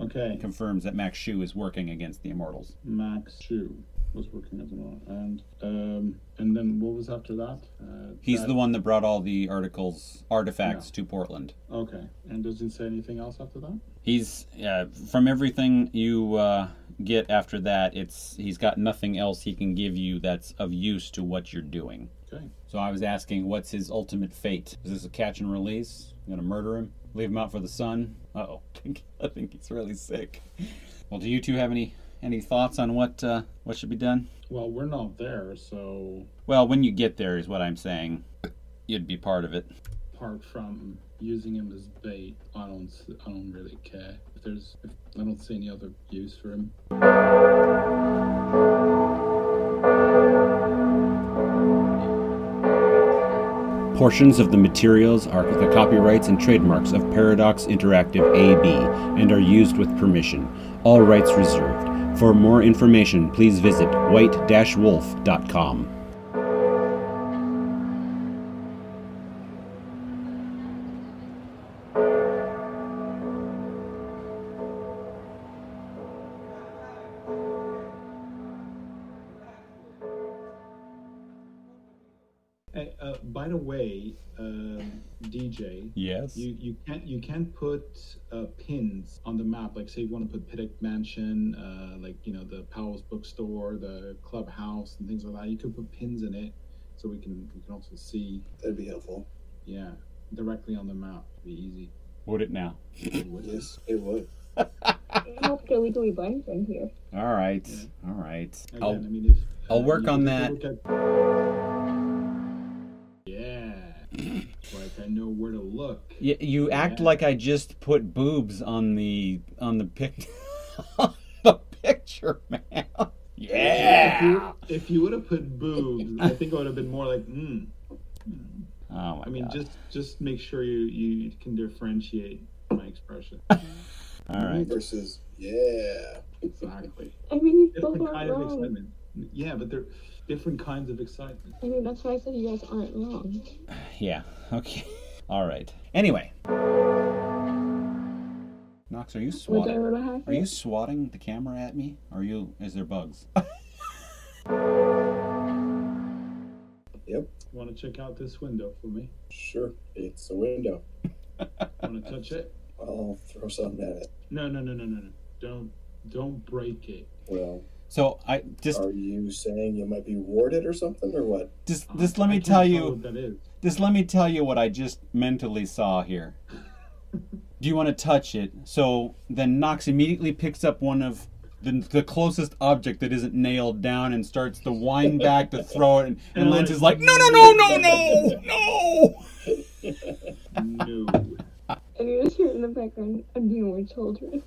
B: Okay.
C: confirms that Max Shu is working against the Immortals.
B: Max Shoe was working as well, and um, and then what was after that? Uh,
C: He's
B: that-
C: the one that brought all the articles artifacts to Portland.
B: Okay, and doesn't say anything else after that.
C: He's uh, from everything you uh, get after that. It's he's got nothing else he can give you that's of use to what you're doing.
B: Okay.
C: So I was asking, what's his ultimate fate? Is this a catch and release? I'm gonna murder him, leave him out for the sun. Uh oh, I think he's really sick. Well, do you two have any any thoughts on what uh, what should be done?
B: Well, we're not there, so
C: Well, when you get there, is what I'm saying. You'd be part of it.
B: apart from using him as bait, I don't s- I don't really care. If there's if I don't see any other use for him.
A: Portions of the materials are the copyrights and trademarks of Paradox Interactive AB and are used with permission. All rights reserved. For more information, please visit white-wolf.com.
B: Hey, uh, by the way, um, DJ,
C: Yes.
B: You you can't you can't put uh, pins on the map. Like say you want to put Piddock Mansion, uh, like you know the Powell's bookstore, the clubhouse, and things like that. You could put pins in it, so we can we can also see
D: That'd be helpful.
B: yeah directly on the map. It'd be easy.
C: Would it now?
D: Yes, it would.
E: How could I legally blind them here?
C: All right. All right. Oh,
B: Again, I
C: I'll,
B: mean, if, uh,
C: I'll work
B: you
C: on
B: could
C: that.
B: look at- Yeah, like I know where to look.
C: Y- you act
B: Yeah.
C: like I just put boobs on the on the pic on the picture, man.
B: If you-
C: Yeah.
B: If you would have put boobs, I think I would have been more like, hmm.
C: Oh my
B: I mean,
C: god.
B: just just make sure you you can differentiate my expression.
C: All right.
D: Versus, yeah.
B: exactly.
E: I mean, you both
B: Different
E: aren't
B: kind of
E: wrong.
B: excitement. Yeah, but they're different kinds of excitement.
E: I mean, that's why I said you guys aren't wrong.
C: Yeah. Okay. All right. Anyway. Knox, are you
E: Would I
C: swatting?
E: roll a high?
C: Are you swatting the camera at me? Are you? Is there bugs?
B: Want to check out this window for me?
D: Sure, it's a window.
B: Want to touch it?
D: I'll throw something at it.
B: No, no, no, no, no, no. Don't, don't break it.
D: Well,
C: So I just,
B: Uh,
D: are you saying you might be warded or something, or what?
C: just,
B: Uh,
C: just
B: I
C: let me
B: can't
C: tell
B: tell
C: you.
B: What that is.
C: Just let me tell you what I just mentally saw here. Do you want to touch it? So then Knox immediately picks up one of the, the closest object that isn't nailed down and starts to wind back to throw it. And, and Lance is like, no, no, no, no, no, no.
B: No.
E: And you just hear in the background, I'm dealing with children.